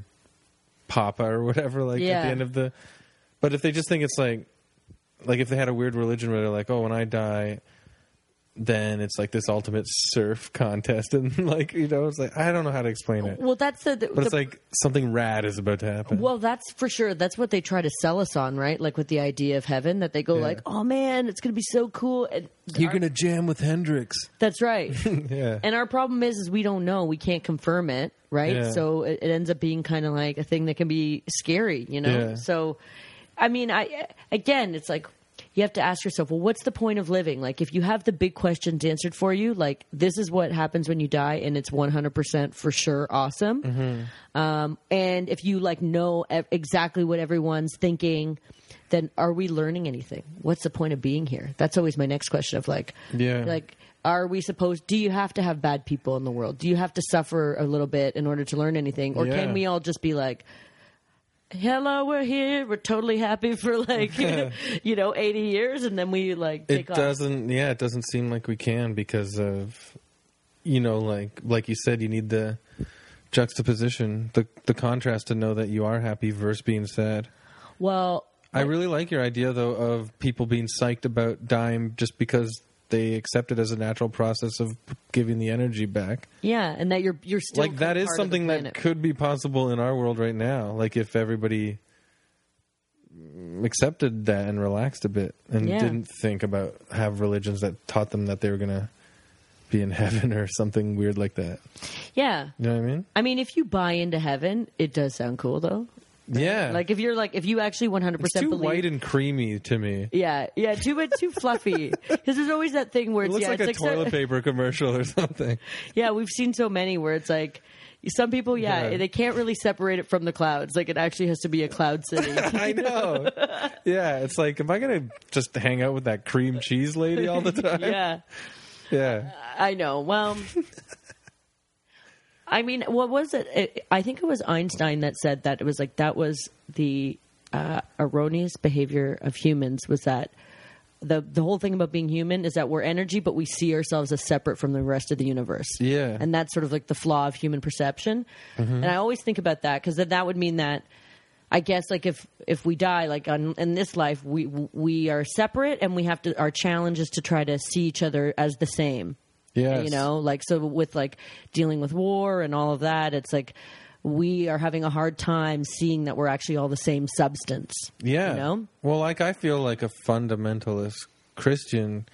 Speaker 1: papa or whatever. Like at
Speaker 2: Yeah.
Speaker 1: the end of the, but if they just think it's like like if they had a weird religion where they're like, oh, when I die, then it's like this ultimate surf contest, *laughs* and like you know, it's like I don't know how to explain it,
Speaker 2: well that's the, the,
Speaker 1: but it's like something rad is about to happen.
Speaker 2: well that's for sure that's what they try to sell us on right like with the idea of heaven that they go
Speaker 1: Yeah.
Speaker 2: like oh man it's gonna be so cool and
Speaker 1: You're
Speaker 2: our-
Speaker 1: gonna jam with Hendrix, *laughs*
Speaker 2: that's right
Speaker 1: yeah.
Speaker 2: and our problem is is we don't know we can't confirm it right
Speaker 1: Yeah.
Speaker 2: so it, it ends up being kind of like a thing that can be scary you know
Speaker 1: Yeah.
Speaker 2: so i mean i again it's like you have to ask yourself well what's the point of living like if you have the big questions answered for you like this is what happens when you die and it's 100% for sure awesome
Speaker 1: Mm-hmm.
Speaker 2: um, and if you like know ev- exactly what everyone's thinking then are we learning anything what's the point of being here that's always my next question of like
Speaker 1: Yeah.
Speaker 2: like are we supposed do you have to have bad people in the world do you have to suffer a little bit in order to learn anything or
Speaker 1: Yeah.
Speaker 2: can we all just be like hello we're here we're totally happy *laughs* for
Speaker 1: *laughs*
Speaker 2: like you know 80 years and then we like
Speaker 1: it
Speaker 2: take off
Speaker 1: doesn't yeah it doesn't seem like we can because of you know like like you said you need the juxtaposition the the contrast to know that you are happy versus being sad
Speaker 2: well
Speaker 1: i really like your idea though of people being psyched about dying just because they accept it as a natural process of giving the energy back.
Speaker 2: Yeah, and that you're you're still
Speaker 1: like that is
Speaker 2: part of the
Speaker 1: something that
Speaker 2: planet.
Speaker 1: could be possible in our world right now. Like if everybody mm, accepted that and relaxed a bit and
Speaker 2: Yeah.
Speaker 1: didn't think about have religions that taught them that they were gonna be in *laughs* heaven or something weird like that.
Speaker 2: yeah.
Speaker 1: You know what I mean?
Speaker 2: I mean, if you buy into heaven, it does sound cool though.
Speaker 1: Yeah.
Speaker 2: Like if you're like if you actually 100
Speaker 1: it's too
Speaker 2: percent believe.
Speaker 1: white and creamy to me.
Speaker 2: yeah, yeah, too much,
Speaker 1: *laughs*
Speaker 2: too fluffy. Because there's always that thing where
Speaker 1: It
Speaker 2: it's,
Speaker 1: looks
Speaker 2: yeah,
Speaker 1: like a
Speaker 2: it's like so- *laughs*
Speaker 1: toilet paper commercial or something.
Speaker 2: yeah, we've seen so many where it's like some people, yeah,
Speaker 1: Yeah.
Speaker 2: they can't really separate it from the clouds. Like it actually has to be a cloud city.
Speaker 1: *laughs* I know. Yeah, it's like, am I gonna just hang out with that cream cheese lady all the *laughs* time?
Speaker 2: yeah,
Speaker 1: Yeah.
Speaker 2: I know. Well, I mean, what was it? it? I think it was Einstein that said that it was like that was the uh, erroneous behavior of humans was that. The, the whole thing about being human is that we're energy, but we see ourselves as separate from the rest of the universe.
Speaker 1: Yeah.
Speaker 2: And that's sort of like the flaw of human perception. And I always think about that because that would mean that I guess like if if we die like on, in this life we we are separate and we have to our challenge is to try to see each other as the same.
Speaker 1: Yes.
Speaker 2: You know, like so with like dealing with war and all of that, it's like we are having a hard time seeing that we're actually all the same substance.
Speaker 1: Yeah.
Speaker 2: You know?
Speaker 1: Well, like I feel like a fundamentalist Christian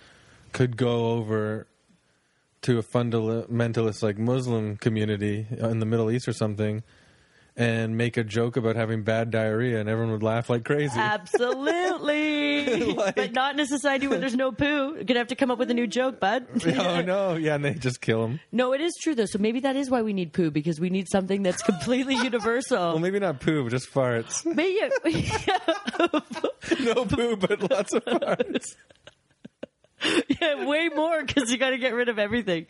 Speaker 1: could go over to a fundamentalist like Muslim community in the Middle East or something and make a joke about having bad diarrhea and everyone would laugh like crazy.
Speaker 2: Absolutely. but not in a society where there's no poo. You're gonna have to come up with a new joke, bud.
Speaker 1: *laughs* oh no. Yeah, and they just kill him.
Speaker 2: No, it is true though. So maybe that is why we need poo because we need something that's completely
Speaker 1: Well,
Speaker 2: *laughs* universal.
Speaker 1: maybe not poo, but just farts.
Speaker 2: Maybe
Speaker 1: *laughs* no poo, but lots *laughs* of farts.
Speaker 2: yeah, *laughs* way more because you got to get rid of everything.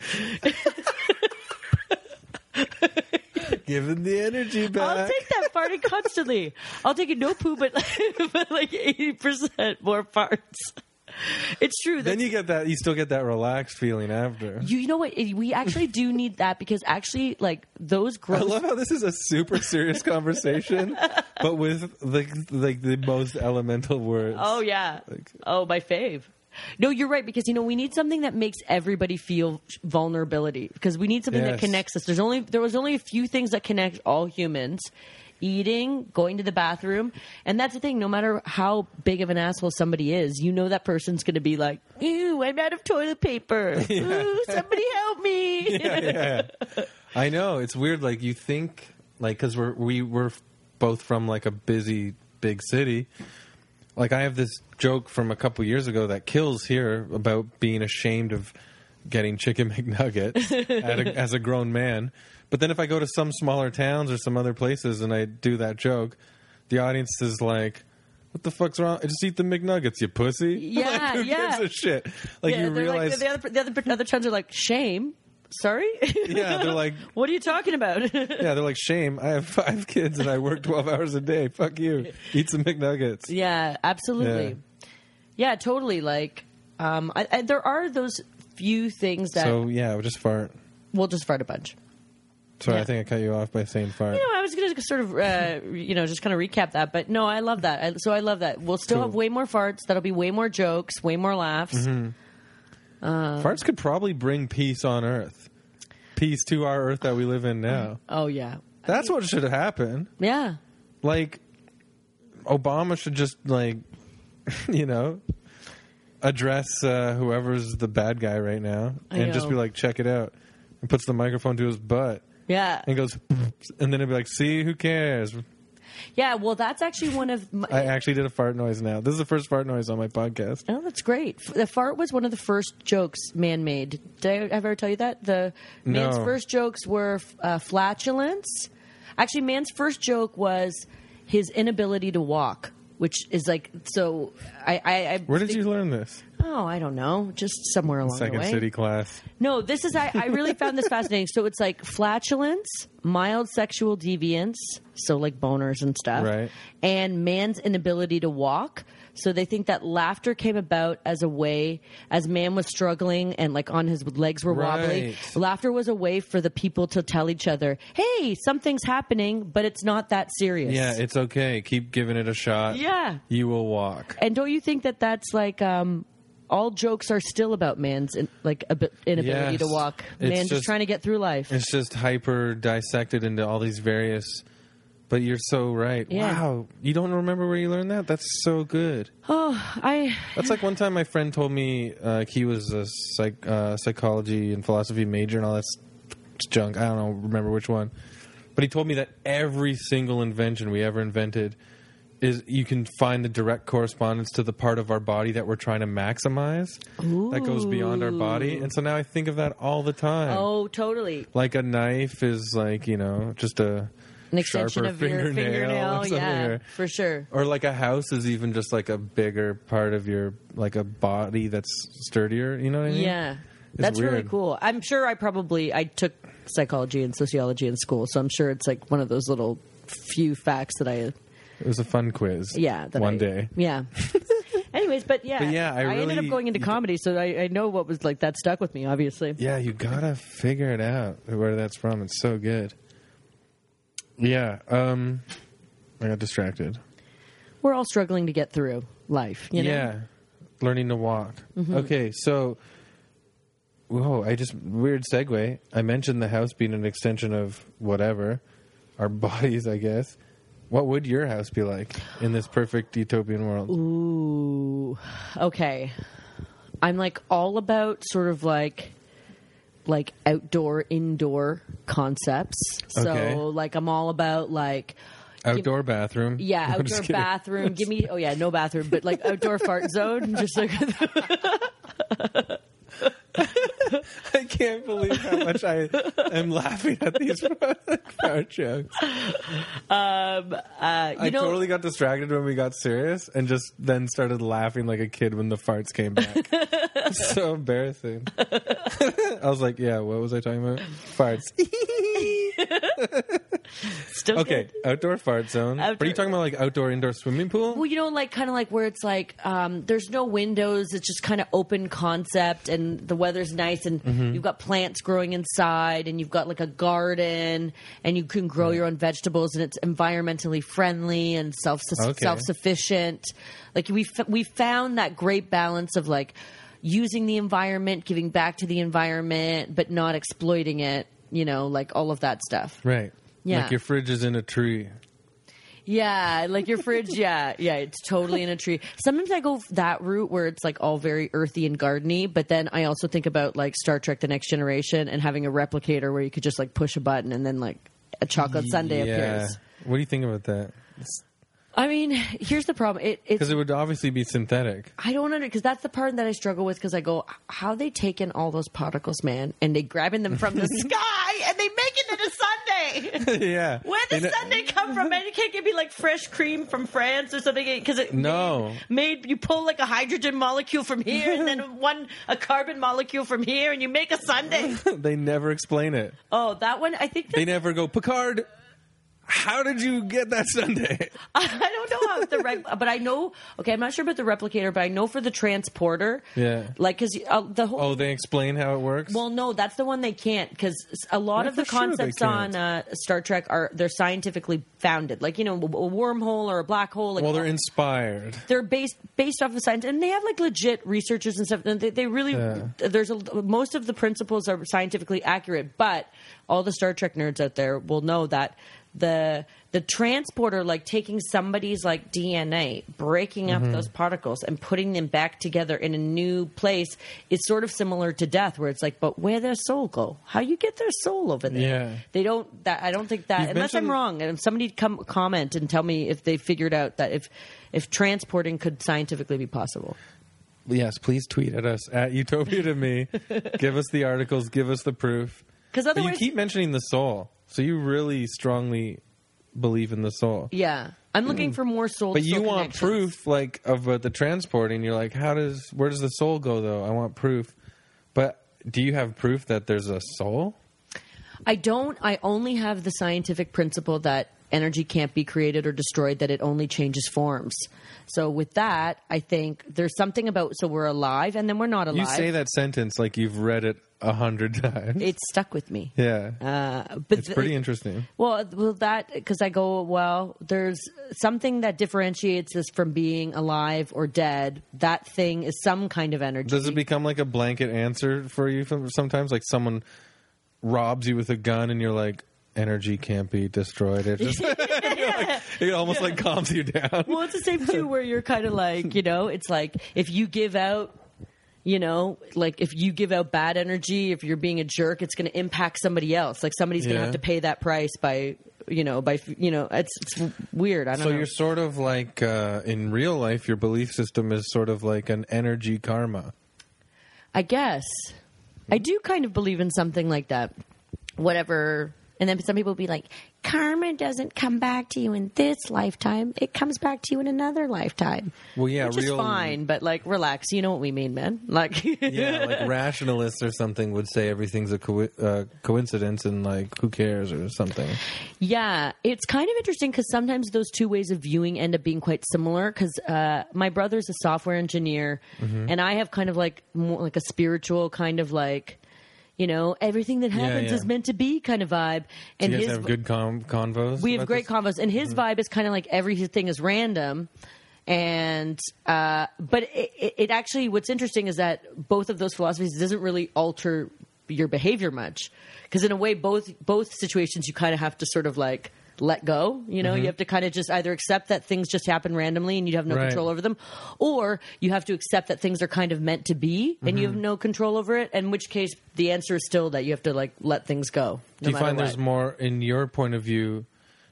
Speaker 1: Give them the energy
Speaker 2: I'll
Speaker 1: back.
Speaker 2: take that
Speaker 1: *laughs*
Speaker 2: farting constantly. I'll take a no poo, but, *laughs* but like eighty percent more farts. It's true.
Speaker 1: then
Speaker 2: That,
Speaker 1: you get that you still get that relaxed feeling after.
Speaker 2: you, you know what? We actually do need that because actually, like those
Speaker 1: I
Speaker 2: gross
Speaker 1: love how this is a super serious conversation, but with like like the most elemental words.
Speaker 2: Oh yeah.
Speaker 1: Like-
Speaker 2: oh, my fave. No, you're right because you know we need something that makes everybody feel vulnerability because we need something
Speaker 1: Yes.
Speaker 2: that connects us. There's only there was only a few things that connect all humans: eating, going to the bathroom, and that's the thing. No matter how big of an asshole somebody is, you know that person's going to be like, "Ooh, I'm out of
Speaker 1: *laughs*
Speaker 2: toilet paper. Ooh, somebody help me."
Speaker 1: yeah, yeah. *laughs* I know it's weird. Like you think, like because we're we we're both from like a busy big city. Like I have this joke from a couple years ago that kills here about being ashamed of getting chicken *laughs* McNuggets at a, as a grown man. But then if I go to some smaller towns or some other places and I do that joke, the audience is like. What the fuck's wrong? Just eat the McNuggets, you pussy. *laughs*
Speaker 2: Yeah,
Speaker 1: like, who
Speaker 2: yeah.
Speaker 1: gives a shit? Like
Speaker 2: *laughs* Yeah,
Speaker 1: you
Speaker 2: they're like-
Speaker 1: realize,
Speaker 2: the other the other, the other trends are like shame. Sorry.
Speaker 1: yeah,
Speaker 2: *laughs*
Speaker 1: they're like,
Speaker 2: what are you talking about? *laughs*
Speaker 1: Yeah, they're like, shame. I have five kids and I work 12 hours a day. Fuck you. Eat some McNuggets.
Speaker 2: Yeah, absolutely. Yeah, totally. Like, um, I, I, there are those few things that
Speaker 1: So, yeah, we'll just fart.
Speaker 2: we'll just fart a bunch.
Speaker 1: Sorry,
Speaker 2: Yeah.
Speaker 1: I think I cut you off by saying fart.
Speaker 2: No, I was going to sort of, uh, you know, just kind of recap that. But no, I love that. I, so I love that. We'll still
Speaker 1: Cool. Mm-hmm.
Speaker 2: have way more farts. That'll be way more jokes, way more laughs.
Speaker 1: Farts could probably bring peace on Earth. Peace to our Earth that we live in now.
Speaker 2: Oh yeah,
Speaker 1: That's what should happen.
Speaker 2: yeah.
Speaker 1: Like, Obama should just, like, *laughs* you know, address uh, whoever's the bad guy right now
Speaker 2: I
Speaker 1: and just
Speaker 2: know.
Speaker 1: be like, check it out. And puts the microphone to his butt
Speaker 2: Yeah,
Speaker 1: and goes, *laughs* and then it'd be like, see, who cares?
Speaker 2: yeah. Well, that's actually one of my,
Speaker 1: I actually did a fart noise now. This is the first fart noise on my podcast.
Speaker 2: Oh, that's great. F- The fart was one of the first jokes man made. Did I ever tell you that? The man's
Speaker 1: No.
Speaker 2: first jokes were f- uh, flatulence. Actually, man's first joke was his inability to walk, which is like, so I. I, I
Speaker 1: Where did you learn this?
Speaker 2: Oh, I don't know. Just somewhere along the
Speaker 1: Second
Speaker 2: way.
Speaker 1: City class.
Speaker 2: No, this is I, I really found this fascinating. So it's like flatulence, mild sexual deviance, so like boners and stuff,
Speaker 1: Right.
Speaker 2: and man's inability to walk. So they think that laughter came about as a way, as man was struggling and like on his legs were wobbling.
Speaker 1: Right.
Speaker 2: Laughter was a way for the people to tell each other, "Hey, something's happening, but it's not that serious."
Speaker 1: Yeah, it's okay. Keep giving it a shot.
Speaker 2: yeah.
Speaker 1: You will walk.
Speaker 2: And don't you think that that's like um, all jokes are still about man's in, like ab- inability
Speaker 1: Yes.
Speaker 2: to walk.
Speaker 1: It's
Speaker 2: Man's just
Speaker 1: just-
Speaker 2: trying to get through life.
Speaker 1: It's just hyper dissected into all these various. But you're so right.
Speaker 2: Yeah.
Speaker 1: Wow, you don't remember where you learned that? That's so good.
Speaker 2: Oh, I
Speaker 1: That's like one time my friend told me uh, he was a psych- uh, psychology and philosophy major and all that s- junk. I don't know, remember which one. But he told me that every single invention we ever invented is you can find the direct correspondence to the part of our body that we're trying to maximize that goes beyond our body.
Speaker 2: Ooh.
Speaker 1: And so now I think of that all the time.
Speaker 2: oh, totally.
Speaker 1: Like a knife is like, you know, just a
Speaker 2: An extension
Speaker 1: sharper
Speaker 2: of
Speaker 1: *laughs*
Speaker 2: your
Speaker 1: fingernail, or
Speaker 2: fingernail,
Speaker 1: something,
Speaker 2: yeah,
Speaker 1: or-
Speaker 2: for sure.
Speaker 1: or like a house is even just like a bigger part of your like a body that's sturdier you know what i mean
Speaker 2: Yeah.
Speaker 1: Mm-hmm. It's
Speaker 2: That's really
Speaker 1: weird.
Speaker 2: cool. I'm sure I probably I took psychology and sociology in school, so I'm sure it's like one of those little few facts that I
Speaker 1: it was a fun quiz
Speaker 2: yeah that
Speaker 1: one
Speaker 2: I-
Speaker 1: day
Speaker 2: yeah. *laughs* Anyways, but yeah,
Speaker 1: But yeah, I
Speaker 2: ended up
Speaker 1: really-
Speaker 2: going into
Speaker 1: you-
Speaker 2: comedy, so I, I know what was like that stuck with me. Obviously,
Speaker 1: yeah you gotta figure it out where that's from it's so good yeah um i got distracted
Speaker 2: we're all struggling to get through life. You know? Mm-hmm.
Speaker 1: yeah learning to walk okay so whoa i just weird segue i mentioned the house being an extension of whatever our *laughs* bodies i guess what would your house be like in this perfect utopian world
Speaker 2: Ooh. Okay. I'm like all about sort of like like outdoor indoor concepts. So
Speaker 1: Okay.
Speaker 2: like I'm all about like
Speaker 1: outdoor bathroom
Speaker 2: yeah,
Speaker 1: I'm just
Speaker 2: outdoor
Speaker 1: kidding.
Speaker 2: bathroom. Give me oh yeah, no bathroom, but like outdoor fart zone. Just like
Speaker 1: *laughs*
Speaker 2: *laughs* uh,
Speaker 1: i can't believe how much i am laughing at
Speaker 2: *laughs*
Speaker 1: these *laughs* crowd jokes
Speaker 2: uh, you
Speaker 1: i
Speaker 2: know
Speaker 1: totally got distracted when we got serious and just then started laughing like a kid when the farts came
Speaker 2: *laughs*
Speaker 1: back so embarrassing *laughs* i was like yeah what was i talking about
Speaker 2: *laughs*
Speaker 1: farts
Speaker 2: still
Speaker 1: okay
Speaker 2: good.
Speaker 1: outdoor fart zone are
Speaker 2: Outdoor-
Speaker 1: you talking about like outdoor indoor swimming pool
Speaker 2: Well, you know, like kind of like where it's like um, there's no windows. It's just kind of open concept, and the weather's nice, and you've got plants growing inside, and you've got like a garden, and you can grow your own vegetables, and it's environmentally friendly and self
Speaker 1: Okay.
Speaker 2: self sufficient. Like we f- we found that great balance of like using the environment, giving back to the environment, but not exploiting it. You know, like all of that stuff.
Speaker 1: right
Speaker 2: Yeah.
Speaker 1: like your fridge is in a tree
Speaker 2: Yeah, like your fridge. Yeah, yeah, it's totally in a tree. Sometimes I go that route where it's like all very earthy and gardeny, but then I also think about like Star Trek: The Next Generation and having a replicator where you could just like push a button and then like a chocolate sundae appears.
Speaker 1: what do you think about that
Speaker 2: I mean, here's the problem. It, it's
Speaker 1: because it would obviously be synthetic *laughs*
Speaker 2: I don't under because that's the part that I struggle with because I go how they taking all those particles, man, and they grabbing them from the sky and they making it a sundae.
Speaker 1: yeah
Speaker 2: Where
Speaker 1: They
Speaker 2: did
Speaker 1: know-
Speaker 2: Sunday come from? And it can't give me like fresh cream from France or something because it
Speaker 1: No.
Speaker 2: made, made- you pull like a hydrogen molecule from here and then
Speaker 1: *laughs*
Speaker 2: one a carbon molecule from here and you make a Sunday.
Speaker 1: *laughs* they never explain it
Speaker 2: Oh, that one I think
Speaker 1: They
Speaker 2: that,
Speaker 1: never go, Picard, how did you get that Sunday?
Speaker 2: *laughs*
Speaker 1: *laughs*
Speaker 2: I don't know how the rep, but I know okay I'm not sure about the replicator but I know for the transporter
Speaker 1: Yeah.
Speaker 2: like because uh, the whole
Speaker 1: Oh, they explain how it works?
Speaker 2: Well, no, that's the one they can't because a lot
Speaker 1: Yeah,
Speaker 2: of the
Speaker 1: for sure they
Speaker 2: concepts
Speaker 1: can't.
Speaker 2: on uh, Star Trek are they're scientifically founded, like you know, a wormhole or a black hole. Like
Speaker 1: well, they're inspired.
Speaker 2: they're based based off of science, and they have like legit researchers and stuff. And they, they really
Speaker 1: Yeah.
Speaker 2: there's a, most of the principles are scientifically accurate, but all the Star Trek nerds out there will know that the the transporter, like taking somebody's like DNA, breaking
Speaker 1: Mm-hmm.
Speaker 2: up those particles and putting them back together in a new place, is sort of similar to death, where it's like, but where their soul go? How you get their soul over there?
Speaker 1: Yeah.
Speaker 2: They don't. That I don't think that
Speaker 1: You've
Speaker 2: Uh, unless I'm
Speaker 1: mentioned-
Speaker 2: wrong, and if somebody come comment and tell me if they figured out that if if transporting could scientifically be possible.
Speaker 1: Yes, please tweet at us at Utopia to
Speaker 2: *laughs*
Speaker 1: me. give us the articles, give us the proof.
Speaker 2: 'Cause
Speaker 1: But
Speaker 2: otherwise-
Speaker 1: you keep mentioning the soul. So you really strongly believe in the soul.
Speaker 2: Yeah, I'm looking for more soul.
Speaker 1: But you want proof, like of uh, the transporting. You're like, how does where does the soul go though? I want proof. But do you have proof that there's a soul?
Speaker 2: I don't. I only have the scientific principle that energy can't be created or destroyed. That it only changes forms. So with that, I think there's something about so we're alive and then we're not alive.
Speaker 1: You say that sentence like you've read it a hundred *laughs* times.
Speaker 2: It stuck with me.
Speaker 1: yeah,
Speaker 2: Uh, but
Speaker 1: it's
Speaker 2: th-
Speaker 1: pretty interesting.
Speaker 2: Well, well, that because I go well. There's something that differentiates this from being alive or dead. That thing is some kind of energy.
Speaker 1: Does it become like a blanket answer for you from- sometimes? Like someone robs you with a gun, and you're like, "Energy can't be destroyed." It just *laughs* you're like- it almost like calms you down.
Speaker 2: well, it's the same too, where you're kind of like, you know, it's like if you give out, you know, like if you give out bad energy, if you're being a jerk, it's going to impact somebody else. Like somebody's going
Speaker 1: Yeah.
Speaker 2: to have to pay that price by, you know, by you know, it's, it's weird. I
Speaker 1: *laughs*
Speaker 2: don't
Speaker 1: So
Speaker 2: know.
Speaker 1: you're sort of like uh, in real life, your belief system is sort of like an energy karma.
Speaker 2: I guess I do kind of believe in something like that. Whatever. And then some people be like, karma doesn't come back to you in this lifetime. It comes back to you in another lifetime.
Speaker 1: Well, yeah,
Speaker 2: Which
Speaker 1: real-
Speaker 2: is fine, but like, relax. You know what we mean, man. *laughs* Like,
Speaker 1: *laughs* Yeah, like rationalists or something would say everything's a co- uh, coincidence and like who cares or something.
Speaker 2: *laughs* Yeah, it's kind of interesting because sometimes those two ways of viewing end up being quite similar. Because uh, my brother's a software engineer,
Speaker 1: Mm-hmm.
Speaker 2: and I have kind of like more like a spiritual kind of like, you know, everything that happens
Speaker 1: yeah.
Speaker 2: is meant to be kind of vibe.
Speaker 1: Do
Speaker 2: And
Speaker 1: you guys
Speaker 2: his
Speaker 1: have good con- convos?
Speaker 2: we have
Speaker 1: about
Speaker 2: great
Speaker 1: this? Mm-hmm.
Speaker 2: combos, and his vibe is kind of like everything is random. And uh, but it, it- it actually, what's interesting is that both of those philosophies doesn't really alter your behavior much, because in a way, both both situations you kind of have to sort of like let go. You
Speaker 1: Mm-hmm.
Speaker 2: know, you have to kind of just either accept that things just happen randomly and you have no
Speaker 1: Right.
Speaker 2: control over them, or you have to accept that things are kind of meant to be and you have
Speaker 1: Mm-hmm.
Speaker 2: no control over it. In which case, the answer is still that you have to like let things go. no
Speaker 1: Do you
Speaker 2: matter
Speaker 1: find there's
Speaker 2: what.
Speaker 1: more in your point of view?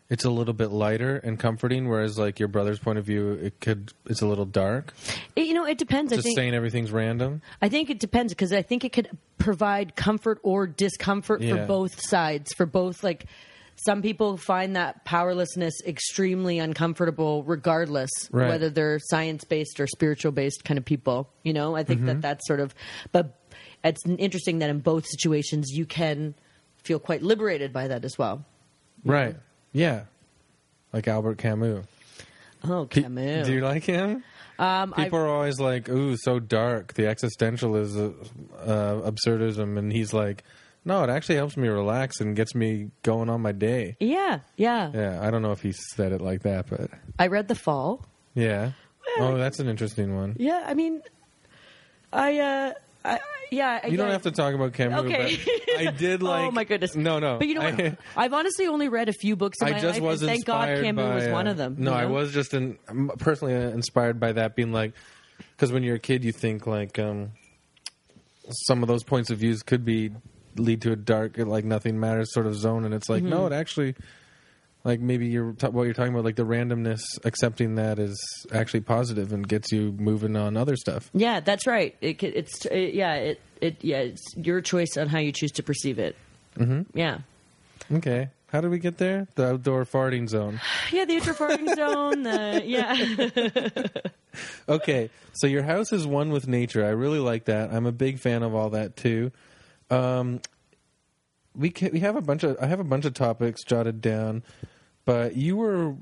Speaker 1: It's a little bit lighter and comforting, whereas like your brother's point of view, it could it's a little dark.
Speaker 2: It- you know, it depends. I
Speaker 1: Just
Speaker 2: think
Speaker 1: saying everything's random.
Speaker 2: I think it depends because I think it could provide comfort or discomfort
Speaker 1: Yeah.
Speaker 2: for both sides. For both, like some people find that powerlessness extremely uncomfortable, regardless
Speaker 1: Right.
Speaker 2: whether they're science based or spiritual based kind of people. You know, I think
Speaker 1: Mm-hmm.
Speaker 2: that that's sort of. But it's interesting that in both situations you can feel quite liberated by that as well.
Speaker 1: Right. Yeah. Like Albert Camus.
Speaker 2: Oh, Camus.
Speaker 1: Do you like him?
Speaker 2: um, I-
Speaker 1: People are always like, "Ooh, so dark." The existentialism, uh, absurdism, and he's like, "No, it actually helps me relax and gets me going on my day."
Speaker 2: yeah, yeah,
Speaker 1: Yeah, I don't know if he said it like that, but
Speaker 2: I read The Fall.
Speaker 1: yeah. Oh, that's an interesting one.
Speaker 2: Yeah, I mean, I, uh, I, I- yeah. I
Speaker 1: You don't
Speaker 2: guess-
Speaker 1: have to talk about Camus,
Speaker 2: Okay.
Speaker 1: but I did like.
Speaker 2: *laughs* oh my goodness!
Speaker 1: No, no.
Speaker 2: But you know
Speaker 1: *laughs*
Speaker 2: what?
Speaker 1: I,
Speaker 2: I, have honestly only read a few books. In
Speaker 1: I
Speaker 2: my
Speaker 1: just
Speaker 2: life,
Speaker 1: was
Speaker 2: and thank God
Speaker 1: inspired
Speaker 2: Camus
Speaker 1: by,
Speaker 2: was
Speaker 1: uh,
Speaker 2: one of them.
Speaker 1: No,
Speaker 2: you
Speaker 1: I
Speaker 2: know?
Speaker 1: was just in, m- personally inspired by that being like, because when you're a kid, you think like um, some of those points of views could be lead to a dark, like nothing matters sort of zone, and it's like no,
Speaker 2: Mm-hmm.
Speaker 1: it actually. Like maybe you're ta what you're talking about, like the randomness. Accepting that is actually positive and gets you moving on other stuff.
Speaker 2: Yeah, that's right. It, ca- it's uh yeah, it it yeah, it's your choice on how you choose to perceive it. Mm-hmm. Yeah,
Speaker 1: Okay, how did we get there? The outdoor farting zone.
Speaker 2: yeah,
Speaker 1: *laughs*
Speaker 2: the interfarming zone. The yeah,
Speaker 1: Okay, so your house is one with nature. I really like that. I'm a big fan of all that too. Um, we ca we have a bunch of I have a bunch of topics jotted down, but you were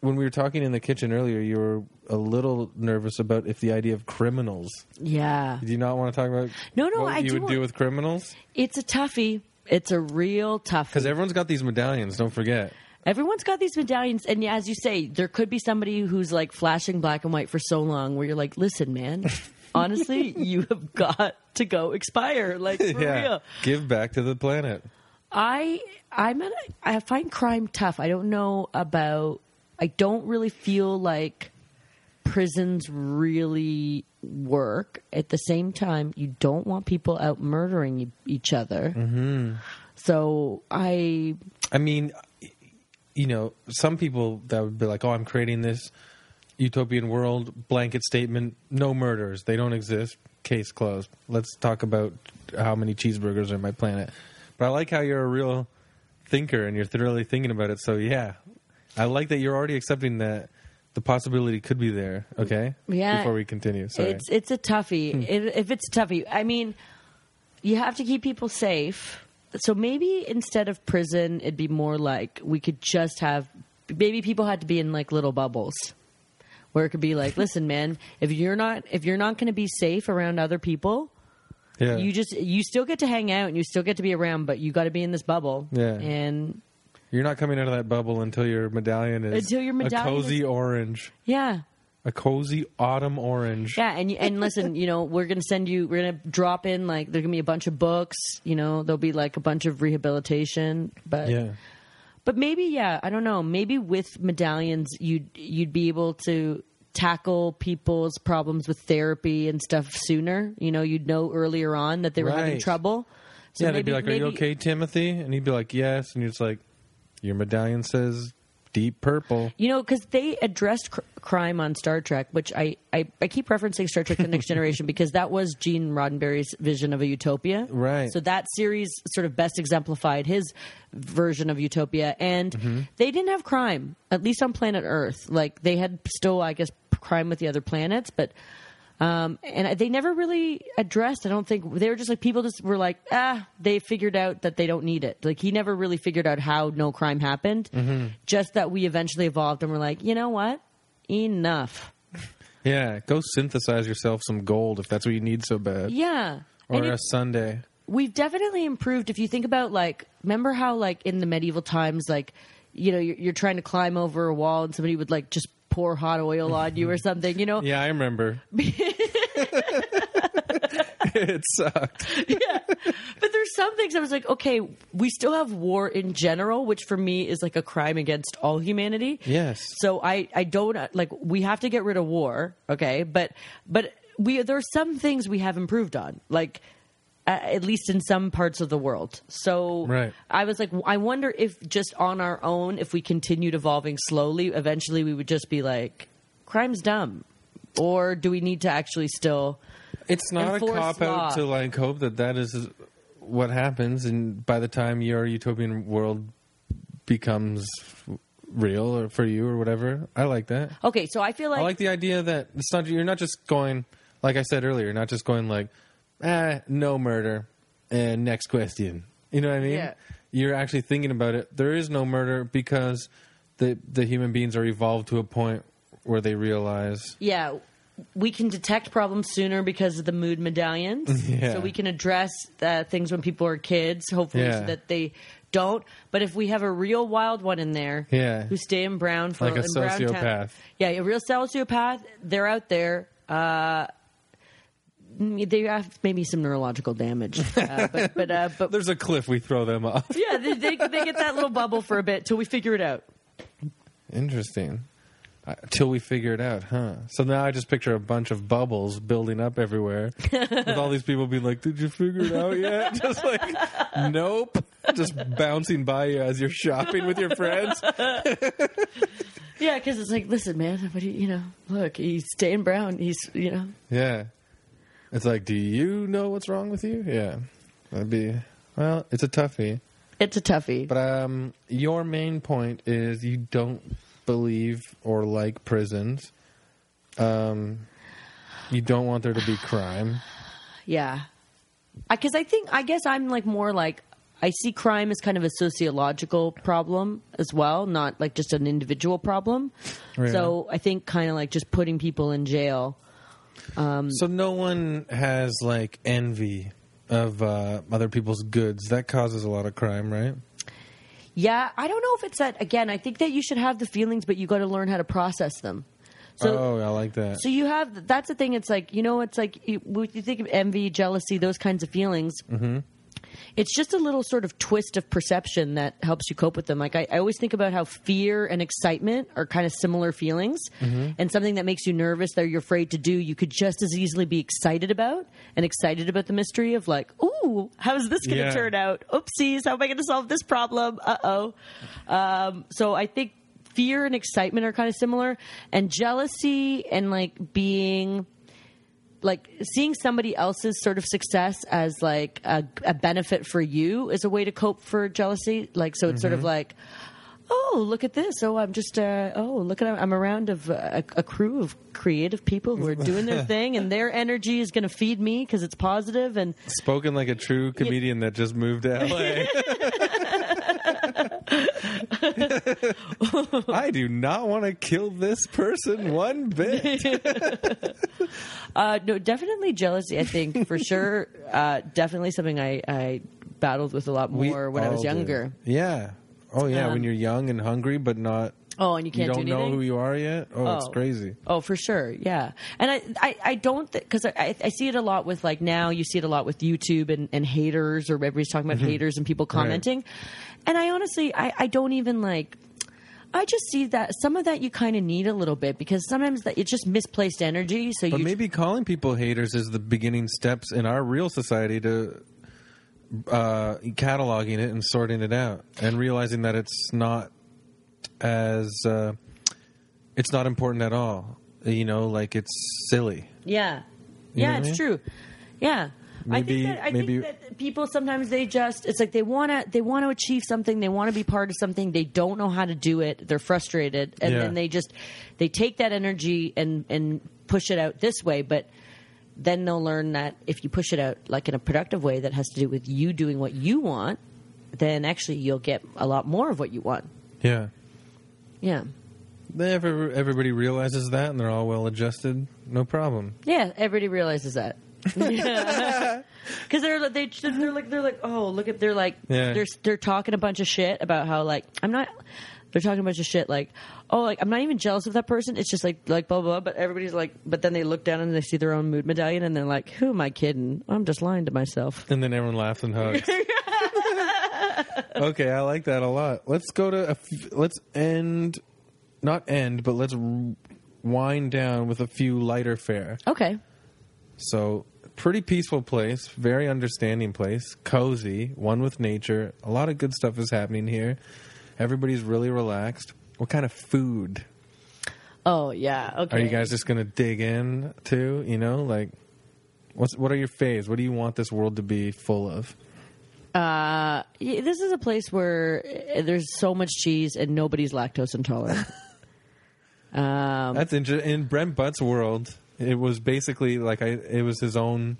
Speaker 1: when we were talking in the kitchen earlier. You were a little nervous about if the idea of criminals.
Speaker 2: yeah.
Speaker 1: Do you not want to talk about?
Speaker 2: No, no,
Speaker 1: what
Speaker 2: I
Speaker 1: you
Speaker 2: do
Speaker 1: would do
Speaker 2: want-
Speaker 1: with criminals
Speaker 2: It's a toughie. It's a real toughie.
Speaker 1: because everyone's got these medallions. Don't forget.
Speaker 2: Everyone's got these medallions, and yeah, as you say, there could be somebody who's like flashing black and white for so long, where you're like,
Speaker 1: *laughs*
Speaker 2: "Listen, man, honestly, you have got to go expire, like for real."
Speaker 1: give back to the planet.
Speaker 2: I I'm at a, I find crime tough. I don't know about. I don't really feel like prisons really work. At the same time, you don't want people out murdering e- each other. Mm-hmm. So I
Speaker 1: I mean, you know, some people that would be like, "Oh, I'm creating this utopian world." Blanket statement: no murders. They don't exist. Case closed. Let's talk about how many cheeseburgers are on my planet. But I like how you're a real thinker and you're thoroughly thinking about it. So yeah, I like that you're already accepting that the possibility could be there. Okay.
Speaker 2: Yeah.
Speaker 1: Before we continue, sorry.
Speaker 2: It's it's a toughie.
Speaker 1: Hmm.
Speaker 2: If, if it's a toughie, I mean, you have to keep people safe. So maybe instead of prison, it'd be more like we could just have maybe people had to be in like little bubbles. *laughs* Where it could be like, listen, man, if you're not if you're not going to be safe around other people,
Speaker 1: Yeah.
Speaker 2: You just you still get to hang out and you still get to be around, but you got to be in this bubble.
Speaker 1: Yeah.
Speaker 2: And
Speaker 1: You're not coming out of that bubble until your medallion is
Speaker 2: Until your medallion
Speaker 1: a cozy
Speaker 2: is-
Speaker 1: orange,
Speaker 2: yeah.
Speaker 1: a cozy autumn orange.
Speaker 2: Yeah, and and listen, you know, we're gonna send you. We're gonna drop in like there's gonna be a bunch of books. You know, there'll be like a bunch of rehabilitation, but
Speaker 1: Yeah.
Speaker 2: but maybe yeah, I don't know. Maybe with medallions, you'd you'd be able to tackle people's problems with therapy and stuff sooner. You know, you'd know earlier on that they were having
Speaker 1: Right.
Speaker 2: trouble. So
Speaker 1: yeah, they'd be like, "Are you okay, Timothy?" And he'd be like, "Yes." And you're just like, "Your medallion says deep purple."
Speaker 2: You know, because they addressed cr- crime on Star Trek, which I, I, I keep referencing Star Trek The Next Generation because that was Gene Roddenberry's vision of a utopia.
Speaker 1: Right.
Speaker 2: So that series sort of best exemplified his version of utopia. And they didn't have crime, at least on planet Earth. Like, they had still, I guess, crime with the other planets, but. Um, and they never really addressed. I don't think they were just like people just were like, ah, they figured out that they don't need it. Like he never really figured out how no crime happened. Just that we eventually evolved and were like, you know what, enough.
Speaker 1: Yeah, go synthesize yourself some gold if that's what you need so bad,
Speaker 2: Yeah,
Speaker 1: or
Speaker 2: And it-
Speaker 1: a Sunday.
Speaker 2: we've definitely improved. If you think about like, remember how like in the medieval times, like you know, you're, you're trying to climb over a wall and somebody would like just pour hot oil on you or something. You know,
Speaker 1: Yeah, I
Speaker 2: *laughs*
Speaker 1: remember. *laughs* it sucked.
Speaker 2: But there's some things I was like, okay, we still have war in general, which for me is like a crime against all humanity.
Speaker 1: Yes.
Speaker 2: So I I don't uh, like we have to get rid of war, okay? But but we there are some things we have improved on, like uh, at least in some parts of the world. So
Speaker 1: Right.
Speaker 2: I was like, I wonder if just on our own, if we continued evolving slowly, eventually we would just be like, crime's dumb, or do we need to actually still?
Speaker 1: It's not a
Speaker 2: Enforce
Speaker 1: cop
Speaker 2: law.
Speaker 1: out to like hope that that is what happens, and by the time your utopian world becomes real or for you or whatever, I like that.
Speaker 2: Okay, so I feel like
Speaker 1: I like the idea that it's not you're not just going like I said earlier, you're not just going like ah no murder and next question. You know what I mean?
Speaker 2: Yeah.
Speaker 1: You're actually thinking about it. There is no murder because the the human beings are evolved to a point where they realize
Speaker 2: yeah we can detect problems sooner because of the mood
Speaker 1: *laughs*
Speaker 2: medallions
Speaker 1: Yeah.
Speaker 2: so we can address uh, things when people are kids hopefully
Speaker 1: Yeah.
Speaker 2: so that they don't but if we have a real wild one in there
Speaker 1: Yeah.
Speaker 2: who stay in brown for
Speaker 1: Like a
Speaker 2: in brown town-
Speaker 1: sociopath.
Speaker 2: yeah a real sociopath they're out there uh mm, they have maybe some neurological damage,
Speaker 1: *laughs*
Speaker 2: uh, but but uh, but
Speaker 1: there's a cliff we throw them off.
Speaker 2: yeah, they, they, they get that little bubble for a bit till we figure it out.
Speaker 1: Interesting. Uh, Till we figure it out, huh? So now I just picture a bunch of bubbles building up everywhere, with all these people being like, "Did you figure it out yet?" *laughs* Just like, nope. Just bouncing by you as you're shopping with your friends.
Speaker 2: Yeah, because it's like, listen, man, what do you, you know? Look, he's staying brown. He's you know,
Speaker 1: Yeah, it's like, do you know what's wrong with you? Yeah, that'd be. Well, it's a toughie.
Speaker 2: it's a toughie.
Speaker 1: But um, your main point is you don't believe or like prisons. Um, you don't want there to be crime.
Speaker 2: Yeah. Because I think, I guess I'm like more like, I see crime as kind of a sociological problem as well, not like just an individual problem.
Speaker 1: Right.
Speaker 2: So I think kind of like just putting people in jail.
Speaker 1: So no one has like envy of uh, other people's goods. That causes a lot of crime, right?
Speaker 2: Yeah, I don't know if it's that, again, I think that you should have the feelings, but you got to learn how to process them. So,
Speaker 1: oh, I like that.
Speaker 2: So you have that's the thing. It's like you know, it's like you, when you think of envy, jealousy, those kinds of feelings. It's just a little sort of twist of perception that helps you cope with them. Like I, I always think about how fear and excitement are kind of similar feelings, and something that makes you nervous that you're afraid to do, you could just as easily be excited about and excited about the mystery of like, ooh, how is this going to
Speaker 1: Yeah.
Speaker 2: turn out? Oopsies, how am I going to solve this problem? Uh oh. Um, so I think fear and excitement are kind of similar, and jealousy and like being like seeing somebody else's sort of success as like a, a benefit for you is a way to cope for jealousy. Like so, it's sort
Speaker 1: Mm-hmm.
Speaker 2: of like. Oh, look at this! Oh, I'm just uh, oh, look at I'm around of uh, a, a crew of creative
Speaker 1: *laughs*
Speaker 2: people who are doing their thing, and their energy is going to feed me because it's positive, and
Speaker 1: Spoken like a true comedian that just moved to
Speaker 2: *laughs*
Speaker 1: *laughs* LA.
Speaker 2: *laughs*
Speaker 1: I do not want to kill this person one bit.
Speaker 2: Uh, no, definitely jealousy. I think
Speaker 1: *laughs*
Speaker 2: for sure. Uh, definitely something I, I battled with a lot
Speaker 1: We
Speaker 2: more when I was
Speaker 1: all do.
Speaker 2: younger.
Speaker 1: Yeah. Oh yeah, when you're young and hungry, but not
Speaker 2: Oh, and you
Speaker 1: you
Speaker 2: can't
Speaker 1: don't
Speaker 2: do
Speaker 1: know
Speaker 2: anything.
Speaker 1: who you are yet. Oh, it's
Speaker 2: Oh.
Speaker 1: crazy.
Speaker 2: Oh, for sure, yeah. And I, I, I don't because I I, I see it a lot with like now you see it a lot with YouTube and, and haters or everybody's talking
Speaker 1: Mm-hmm.
Speaker 2: about haters and people commenting, and I honestly I, I don't even like. I just see that some of that you kind of need a little bit because sometimes that it's just misplaced energy. So
Speaker 1: But
Speaker 2: you
Speaker 1: maybe calling people haters is the beginning steps in our real society to uh, cataloging it and sorting it out and realizing that it's not as uh, it's not important at all. You know, like it's silly. You
Speaker 2: Yeah.
Speaker 1: know
Speaker 2: yeah,
Speaker 1: what I
Speaker 2: it's
Speaker 1: mean?
Speaker 2: true. Yeah.
Speaker 1: Maybe-
Speaker 2: I think that, I
Speaker 1: maybe-
Speaker 2: think that people sometimes they just it's like they want to they want to achieve something, they want to be part of something, they don't know how to do it, they're frustrated and
Speaker 1: Yeah.
Speaker 2: then they just they take that energy and and push it out this way, but then they'll learn that if you push it out like in a productive way that has to do with you doing what you want, then actually you'll get a lot more of what you want.
Speaker 1: Yeah.
Speaker 2: Yeah.
Speaker 1: They ever, everybody realizes that and they're all well adjusted. No problem.
Speaker 2: Yeah, everybody realizes that. Because they're they, they're like they're like oh look at they're like
Speaker 1: Yeah.
Speaker 2: they're they're talking a bunch of shit about how like I'm not they're talking a bunch of shit like oh like I'm not even jealous of that person it's just like like blah blah, blah but everybody's like but then they look down and they see their own mood medallion and they're like who am I kidding I'm just lying to myself
Speaker 1: And then everyone laughs and hugs. okay, I like that a lot. Let's go to a f- let's end, not end, but let's r- wind down with a few lighter fare.
Speaker 2: okay
Speaker 1: So, pretty peaceful place, very understanding place, cozy, one with nature. A lot of good stuff is happening here. Everybody's really relaxed. What kind of food
Speaker 2: oh yeah okay
Speaker 1: are you guys just gonna dig in to? You know, like what's what are your faves? What do you want this world to be full of?
Speaker 2: Yeah, this is a place where uh, there's so much cheese and nobody's lactose intolerant
Speaker 1: That's interesting. In Brent Butt's world, it was basically like I, it was his own,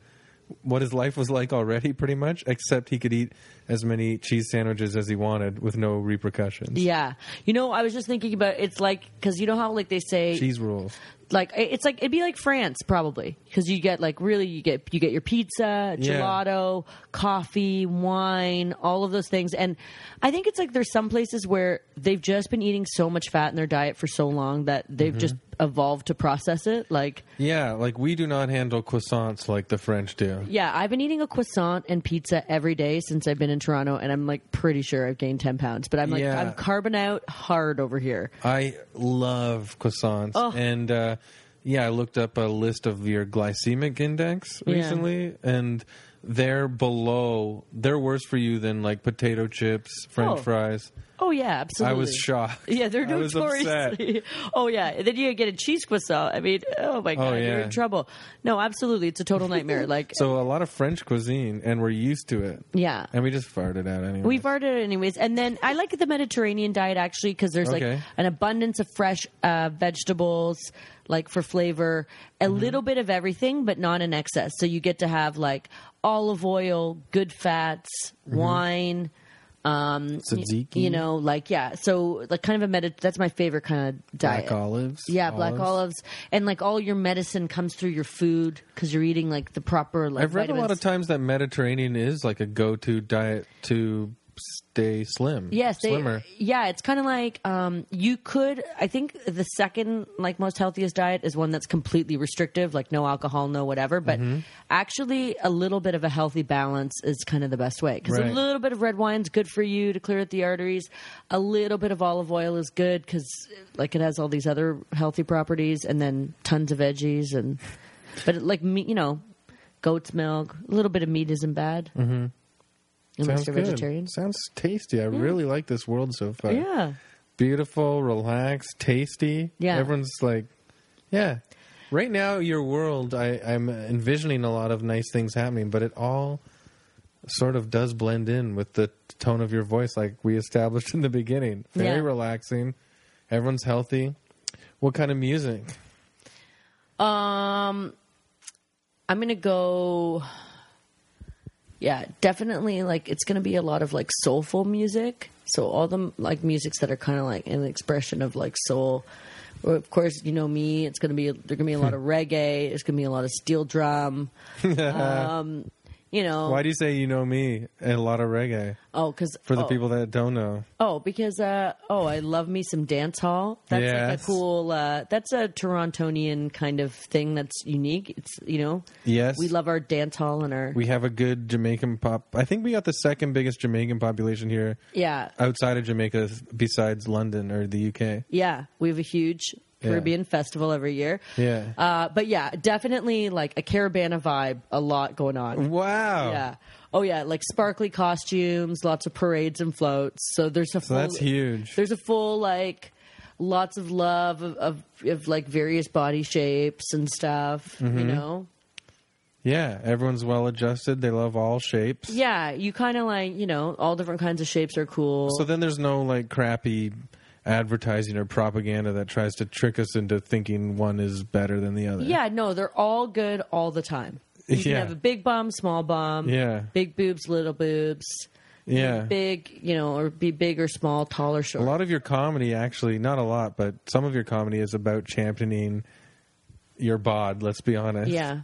Speaker 1: what his life was like already, pretty much. Except he could eat as many cheese sandwiches as he wanted with no repercussions.
Speaker 2: yeah you know I was just thinking about it's like because you know how like they say
Speaker 1: Cheese rules.
Speaker 2: like it- it's like it'd be like France probably because you get like really you get you get your pizza,
Speaker 1: Yeah.
Speaker 2: gelato, coffee, wine, all of those things. And I think it's like there's some places where they've just been eating so much fat in their diet for so long that they've
Speaker 1: Mm-hmm.
Speaker 2: just evolved to process it. Like
Speaker 1: Yeah, like we do not handle croissants like the French do.
Speaker 2: yeah, I've been eating a croissant and pizza every day since I've been in Toronto, and I'm like pretty sure I've gained ten pounds. But I'm like
Speaker 1: Yeah.
Speaker 2: I'm carbon out hard over here.
Speaker 1: I love croissants.
Speaker 2: Oh.
Speaker 1: And uh, yeah, I looked up a list of your glycemic index
Speaker 2: Yeah.
Speaker 1: recently, and they're below, they're worse for you than like potato chips, french
Speaker 2: Oh.
Speaker 1: fries.
Speaker 2: Oh yeah, absolutely.
Speaker 1: I was shocked.
Speaker 2: Yeah, they're
Speaker 1: I was upset.
Speaker 2: notoriously. *laughs* Oh yeah, and then you get a cheese croissant. I mean, oh my god, you're
Speaker 1: yeah.
Speaker 2: in trouble. No, absolutely, it's a total nightmare.
Speaker 1: *laughs*
Speaker 2: Like,
Speaker 1: So a lot of French cuisine, and we're used to it.
Speaker 2: yeah.
Speaker 1: And we just farted out anyway.
Speaker 2: We've already, anyways, and then I like the Mediterranean diet actually because there's
Speaker 1: Okay.
Speaker 2: like an abundance of fresh uh, vegetables, like for flavor, a
Speaker 1: Mm-hmm.
Speaker 2: little bit of everything, but not in excess. So you get to have like olive oil, good fats,
Speaker 1: Mm-hmm.
Speaker 2: wine, um, y-
Speaker 1: Tzatziki.
Speaker 2: you know, like yeah. So like kind of a medit. That's my favorite kind of diet.
Speaker 1: black olives.
Speaker 2: Yeah, black olives, and like all your medicine comes through your food because you're eating like the proper like.
Speaker 1: I've read a lot of times
Speaker 2: vitamins.
Speaker 1: that Mediterranean is like a go-to diet to stay slim.
Speaker 2: Yes, they,
Speaker 1: slimmer.
Speaker 2: yeah, it's kind of like um, you could. I think the second, like most healthiest diet, is one that's completely restrictive, like no alcohol, no whatever. But
Speaker 1: Mm-hmm.
Speaker 2: actually, a little bit of a healthy balance is kind of the best way because
Speaker 1: Right.
Speaker 2: a little bit of red wine's good for you to clear out the arteries. A little bit of olive oil is good because like it has all these other healthy properties, and then tons of veggies and but like me, you know, goat's milk. A little bit of meat isn't bad. Mm-hmm. Unless
Speaker 1: Sounds
Speaker 2: you're
Speaker 1: good.
Speaker 2: vegetarian.
Speaker 1: Sounds tasty. I really like this world so far.
Speaker 2: Yeah.
Speaker 1: Beautiful, relaxed, tasty.
Speaker 2: Yeah.
Speaker 1: Everyone's like, yeah. Right now, your world, I, I'm envisioning a lot of nice things happening, but it all sort of does blend in with the tone of your voice, like we established in the beginning. Very
Speaker 2: Yeah.
Speaker 1: relaxing. Everyone's healthy. What kind of music?
Speaker 2: Um, I'm gonna go. Yeah, definitely. Like it's gonna be a lot of like soulful music. So all the like musics that are kind of like an expression of like soul, Well, Of course, you know me. It's going to be there's going to be
Speaker 1: *laughs*
Speaker 2: a lot of reggae. There's going to be a lot of steel drum. um, you know,
Speaker 1: Why do you say you know me and a lot of reggae?
Speaker 2: oh, because
Speaker 1: For the people that don't know,
Speaker 2: Oh, because uh, oh, I love me some dance hall. That's like a
Speaker 1: Yes.
Speaker 2: cool. Uh, that's a Torontonian kind of thing. That's unique. It's you know.
Speaker 1: Yes.
Speaker 2: We love our dance hall and our
Speaker 1: we have a good Jamaican pop. I think we got the second biggest Jamaican population here
Speaker 2: yeah
Speaker 1: outside of Jamaica, besides London or the UK.
Speaker 2: yeah. We have a huge
Speaker 1: Yeah.
Speaker 2: Caribbean festival every year.
Speaker 1: Yeah.
Speaker 2: Uh, but yeah, definitely like a Carabana vibe. A lot going on.
Speaker 1: Wow.
Speaker 2: Yeah. Oh yeah, like sparkly costumes, lots of parades and floats. So there's a
Speaker 1: So that's huge.
Speaker 2: There's a full like lots of love of, of, of like various body shapes and stuff,
Speaker 1: Mm-hmm.
Speaker 2: you know.
Speaker 1: Yeah, everyone's well adjusted. They love all shapes.
Speaker 2: Yeah, you kind of like, you know, all different kinds of shapes are cool.
Speaker 1: So then there's no like crappy advertising or propaganda that tries to trick us into thinking one is better than the other.
Speaker 2: yeah, no, they're all good all the time. You can
Speaker 1: Yeah.
Speaker 2: have a big bum, small bum,
Speaker 1: Yeah.
Speaker 2: big boobs, little boobs.
Speaker 1: Yeah.
Speaker 2: Big, you know, or be big or small, tall or
Speaker 1: A
Speaker 2: short.
Speaker 1: lot of your comedy actually, not a lot, but some of your comedy is about championing your bod, let's be honest.
Speaker 2: Yeah.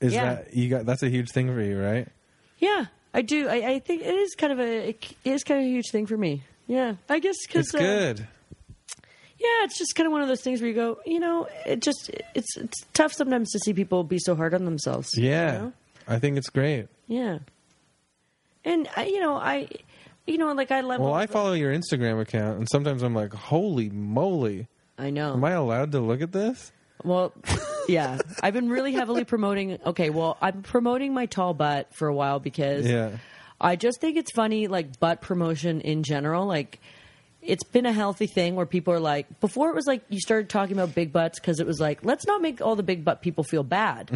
Speaker 1: Is
Speaker 2: Yeah.
Speaker 1: that you got that's a huge thing for you, right?
Speaker 2: Yeah, I do. I, I think it is kind of a it is kind of a huge thing for me. Yeah, I guess because
Speaker 1: It's good.
Speaker 2: yeah, it's just kind of one of those things where you go, you know, it just it's it's tough sometimes to see people be so hard on themselves. you
Speaker 1: Yeah.
Speaker 2: know?
Speaker 1: I think it's great.
Speaker 2: yeah. And I, you know, I, you know, like I love.
Speaker 1: Well, I follow your Instagram account and sometimes I'm like, "Holy moly.
Speaker 2: I know.
Speaker 1: Am I allowed to look at this?"
Speaker 2: Well, yeah, I've been really heavily promoting. Okay, well, I'm promoting my tall butt for a while because
Speaker 1: Yeah.
Speaker 2: I just think it's funny, like butt promotion in general. Like, it's been a healthy thing where people are like, before it was like you started talking about big butts because it was like, let's not make all the big butt people feel bad.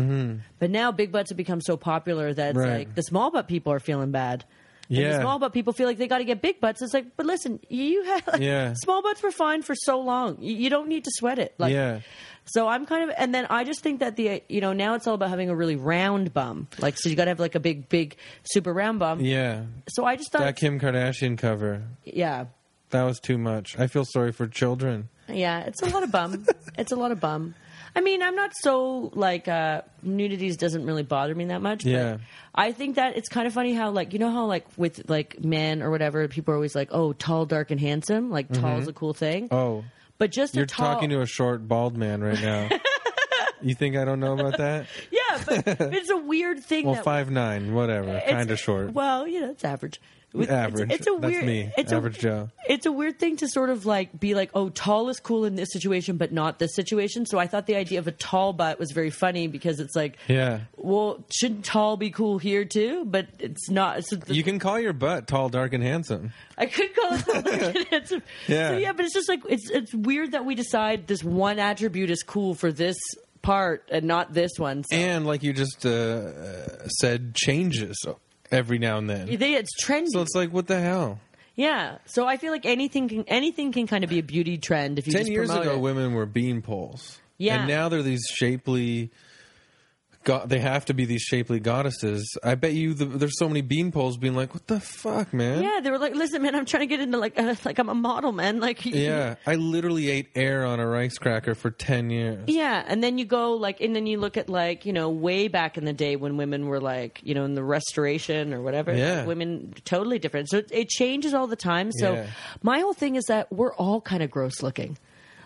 Speaker 2: But now big butts have become so popular that it's
Speaker 1: Mm-hmm. Right.
Speaker 2: like the small butt people are feeling bad. And the
Speaker 1: Yeah.
Speaker 2: small butt people feel like they got to get big butts. It's like, but listen, you *laughs* have
Speaker 1: Yeah.
Speaker 2: small butts were fine for so long. You, you don't need to sweat it. Like,
Speaker 1: yeah.
Speaker 2: so I'm kind of, and then I just think that the, you know, now it's all about having a really round bum. Like, so you got to have like a big, big, super round bum.
Speaker 1: Yeah.
Speaker 2: So I just thought,
Speaker 1: That Kim Kardashian cover.
Speaker 2: yeah,
Speaker 1: That was too much. I feel sorry for children.
Speaker 2: yeah, it's a lot
Speaker 1: *laughs*
Speaker 2: of bum. it's a lot of bum. I mean, I'm not so like uh nudities doesn't really bother me that much.
Speaker 1: Yeah.
Speaker 2: But I think that it's kind of funny how like you know how like with like men or whatever people are always like, oh, tall, dark, and handsome. Like tall is a cool thing.
Speaker 1: Mm-hmm. Oh,
Speaker 2: but just
Speaker 1: you're
Speaker 2: a tall,
Speaker 1: talking to a short, bald man right
Speaker 2: *laughs*
Speaker 1: now. you think I don't know about that?
Speaker 2: yeah,
Speaker 1: *laughs*
Speaker 2: but it's a weird thing.
Speaker 1: Well,
Speaker 2: that
Speaker 1: five nine, whatever,
Speaker 2: It's-
Speaker 1: kind of short.
Speaker 2: Well, you know, it's average. With- it's-
Speaker 1: Average.
Speaker 2: It's, a
Speaker 1: That's
Speaker 2: weird.
Speaker 1: me,
Speaker 2: It's
Speaker 1: average
Speaker 2: a,
Speaker 1: Joe.
Speaker 2: It's a weird thing to sort of like be like, oh, tall is cool in this situation, but not this situation. So I thought the idea of a tall butt was very funny because it's like,
Speaker 1: yeah,
Speaker 2: well, shouldn't tall be cool here too? But it's not. So the-
Speaker 1: you can call your butt tall, dark, and handsome.
Speaker 2: I could call it tall.
Speaker 1: *laughs*
Speaker 2: *laughs* handsome.
Speaker 1: Yeah.
Speaker 2: So yeah, but it's just like it's it's weird that we decide this one attribute is cool for this part and not this one. So.
Speaker 1: And like you just uh, uh, said, changes every now and then.
Speaker 2: they, it's trendy.
Speaker 1: So it's like, what the hell?
Speaker 2: Yeah, so I feel like anything can anything can kind of be a beauty trend if you
Speaker 1: Ten
Speaker 2: just
Speaker 1: years
Speaker 2: promote
Speaker 1: ago,
Speaker 2: it.
Speaker 1: women were bean poles.
Speaker 2: Yeah.
Speaker 1: and now they're these shapely. God, they have to be these shapely goddesses. I bet you the, there's so many bean poles being like, "What the fuck, man?"
Speaker 2: Yeah, they were like, "Listen, man, I'm trying to get into like uh, like I'm a model, man." Like, *laughs* you-
Speaker 1: Yeah, I literally ate air on a rice cracker for 10 years.
Speaker 2: yeah. And then you go like, and then you look at like you know way back in the day when women were like you know in the Restoration or whatever.
Speaker 1: Yeah.
Speaker 2: women totally different. So it, it changes all the time. So
Speaker 1: Yeah.
Speaker 2: my whole thing is that we're all kind of gross looking.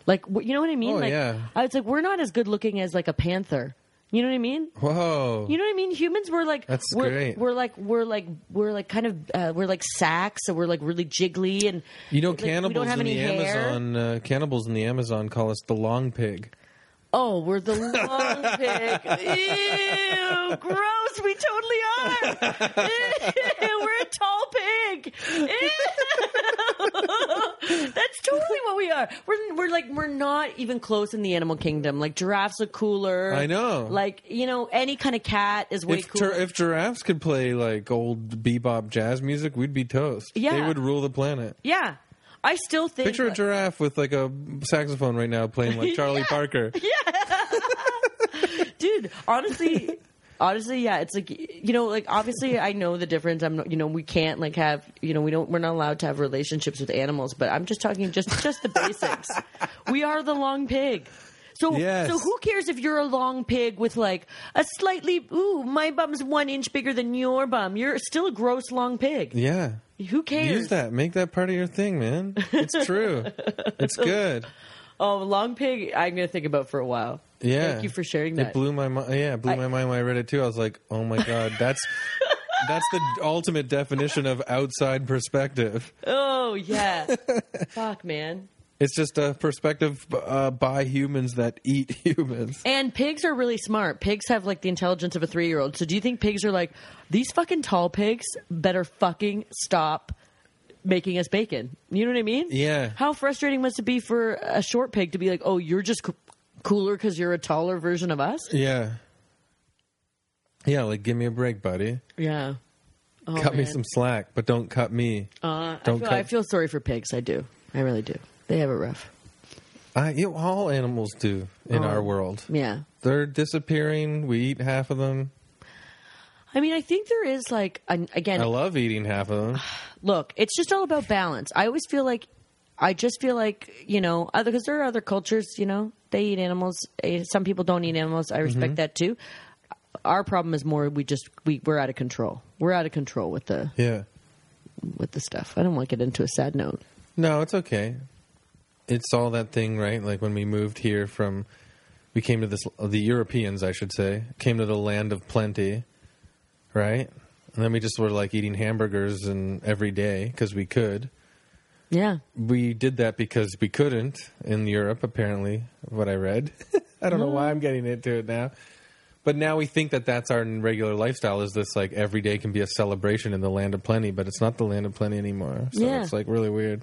Speaker 2: Like w- you know what I mean?
Speaker 1: Oh,
Speaker 2: like
Speaker 1: yeah.
Speaker 2: I was like, we're not as good looking as like a panther. You know what I mean?
Speaker 1: Whoa.
Speaker 2: You know what I mean? Humans were like
Speaker 1: That's
Speaker 2: we're,
Speaker 1: great.
Speaker 2: We're like we're like we're like kind of uh, we're like sacks, and we're like really jiggly, and
Speaker 1: You know,
Speaker 2: like, we don't
Speaker 1: cannibals
Speaker 2: have
Speaker 1: in the
Speaker 2: any hair.
Speaker 1: Amazon, uh, cannibals in the Amazon call us the long pig.
Speaker 2: oh, we're the long
Speaker 1: *laughs*
Speaker 2: pig. Ew, gross. We totally are. Ew, we're a tall pig. Ew. *laughs* That's totally what we are. We're we're like we're not even close in the animal kingdom. Like giraffes look cooler.
Speaker 1: I know.
Speaker 2: Like you know, any kind of cat is way
Speaker 1: If,
Speaker 2: cooler.
Speaker 1: gir- if giraffes could play like old bebop jazz music, we'd be toast. They
Speaker 2: Yeah.
Speaker 1: would rule the planet.
Speaker 2: yeah. I still think
Speaker 1: Picture a
Speaker 2: like-
Speaker 1: giraffe with like a saxophone right now playing
Speaker 2: *laughs*
Speaker 1: like Charlie Parker.
Speaker 2: dude
Speaker 1: *laughs*
Speaker 2: honestly honestly yeah it's like you know like obviously i know the difference i'm not you know we can't
Speaker 1: *laughs*
Speaker 2: like have you know we don't we're not allowed to have relationships with animals but i'm just talking just just the basics we are the long pig. So,
Speaker 1: Yes.
Speaker 2: so who cares if you're a long pig with like a slightly ooh, my bum's one inch bigger than your bum. You're still a gross long pig.
Speaker 1: Yeah.
Speaker 2: Who cares?
Speaker 1: Use that. Make that part of your thing, man. It's true.
Speaker 2: *laughs*
Speaker 1: it's good.
Speaker 2: Oh, long pig. I'm gonna think about for a while.
Speaker 1: Yeah.
Speaker 2: Thank you for sharing
Speaker 1: It
Speaker 2: that.
Speaker 1: blew my mind. Yeah, it blew my mind when I read it too. I was like, oh my
Speaker 2: *laughs*
Speaker 1: god, that's that's the ultimate definition of outside perspective.
Speaker 2: oh yeah.
Speaker 1: *laughs*
Speaker 2: Fuck man.
Speaker 1: It's just a perspective uh, by humans that eat *laughs* humans.
Speaker 2: And pigs are really smart. Pigs have like the intelligence of a three year old. So do you think pigs are like these fucking tall pigs better fucking stop making us bacon? You know what I mean?
Speaker 1: Yeah.
Speaker 2: How frustrating must it be for a short pig to be like, oh, you're just co- cooler because you're a taller version of us?
Speaker 1: Yeah. Yeah, like give me a break, buddy.
Speaker 2: Yeah. Oh,
Speaker 1: cut me
Speaker 2: man.
Speaker 1: some slack, but don't cut me.
Speaker 2: Uh, I,
Speaker 1: Don't
Speaker 2: feel,
Speaker 1: cut-
Speaker 2: I feel sorry for pigs. I do. I really do. They have it rough.
Speaker 1: I, you know, all animals do in
Speaker 2: Oh.
Speaker 1: our world.
Speaker 2: Yeah.
Speaker 1: They're disappearing. We eat half of them.
Speaker 2: I mean, I think there is like, an, again,
Speaker 1: I love eating half of them.
Speaker 2: look, it's just all about balance. I always feel like, I just feel like, you know, other because there are other cultures, you know, they eat animals. Eh, Some people don't eat animals. I respect
Speaker 1: Mm-hmm.
Speaker 2: that too. Our problem is more we just we we're out of control. We're out of control with the
Speaker 1: Yeah.
Speaker 2: with the stuff. I don't want to get into a sad note.
Speaker 1: No, it's okay. It's all that thing, right? Like when we moved here from, we came to this, the Europeans, I should say, came to the land of plenty, right? And then we just were like eating hamburgers and every day because we could.
Speaker 2: Yeah,
Speaker 1: We did that because we couldn't in Europe, apparently, what I read. *laughs* I don't know why I'm getting into it now. But now we think that that's our regular lifestyle is this like every day can be a celebration in the land of plenty, but it's not the land of plenty anymore. So
Speaker 2: Yeah.
Speaker 1: it's like really weird.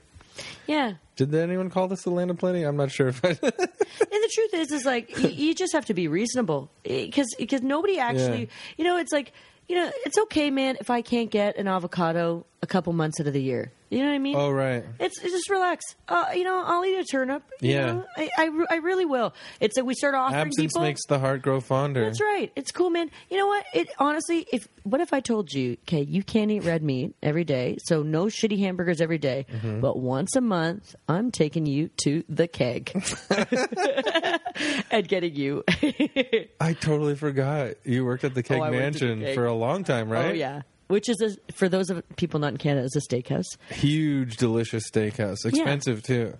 Speaker 2: yeah.
Speaker 1: Did anyone call this the land of plenty? I'm not sure if I. *laughs*
Speaker 2: And the truth is, is like you, you just have to be reasonable because because nobody actually,
Speaker 1: Yeah.
Speaker 2: you know, it's like you know, it's okay, man, if I can't get an avocado a couple months out of the year. You know what I mean?
Speaker 1: oh right,
Speaker 2: It's it's just relax. Uh, you know, I'll eat a turnip. you
Speaker 1: Yeah.
Speaker 2: know? I, I, re- I really will. It's like we start offering
Speaker 1: absence
Speaker 2: people.
Speaker 1: makes the heart grow fonder.
Speaker 2: That's right. It's cool, man. You know what? It honestly, if what if I told you, okay, you can't eat red meat every day, so no shitty hamburgers every day,
Speaker 1: Mm-hmm.
Speaker 2: but once a month, I'm taking you to
Speaker 1: *laughs*
Speaker 2: the keg *laughs* and getting you. *laughs*
Speaker 1: I totally forgot you worked at the Keg
Speaker 2: Oh, I worked at the
Speaker 1: Mansion
Speaker 2: Keg.
Speaker 1: for a long time, right?
Speaker 2: Oh yeah. Which is a, for those of people not in Canada is a steakhouse.
Speaker 1: huge, delicious steakhouse, expensive too.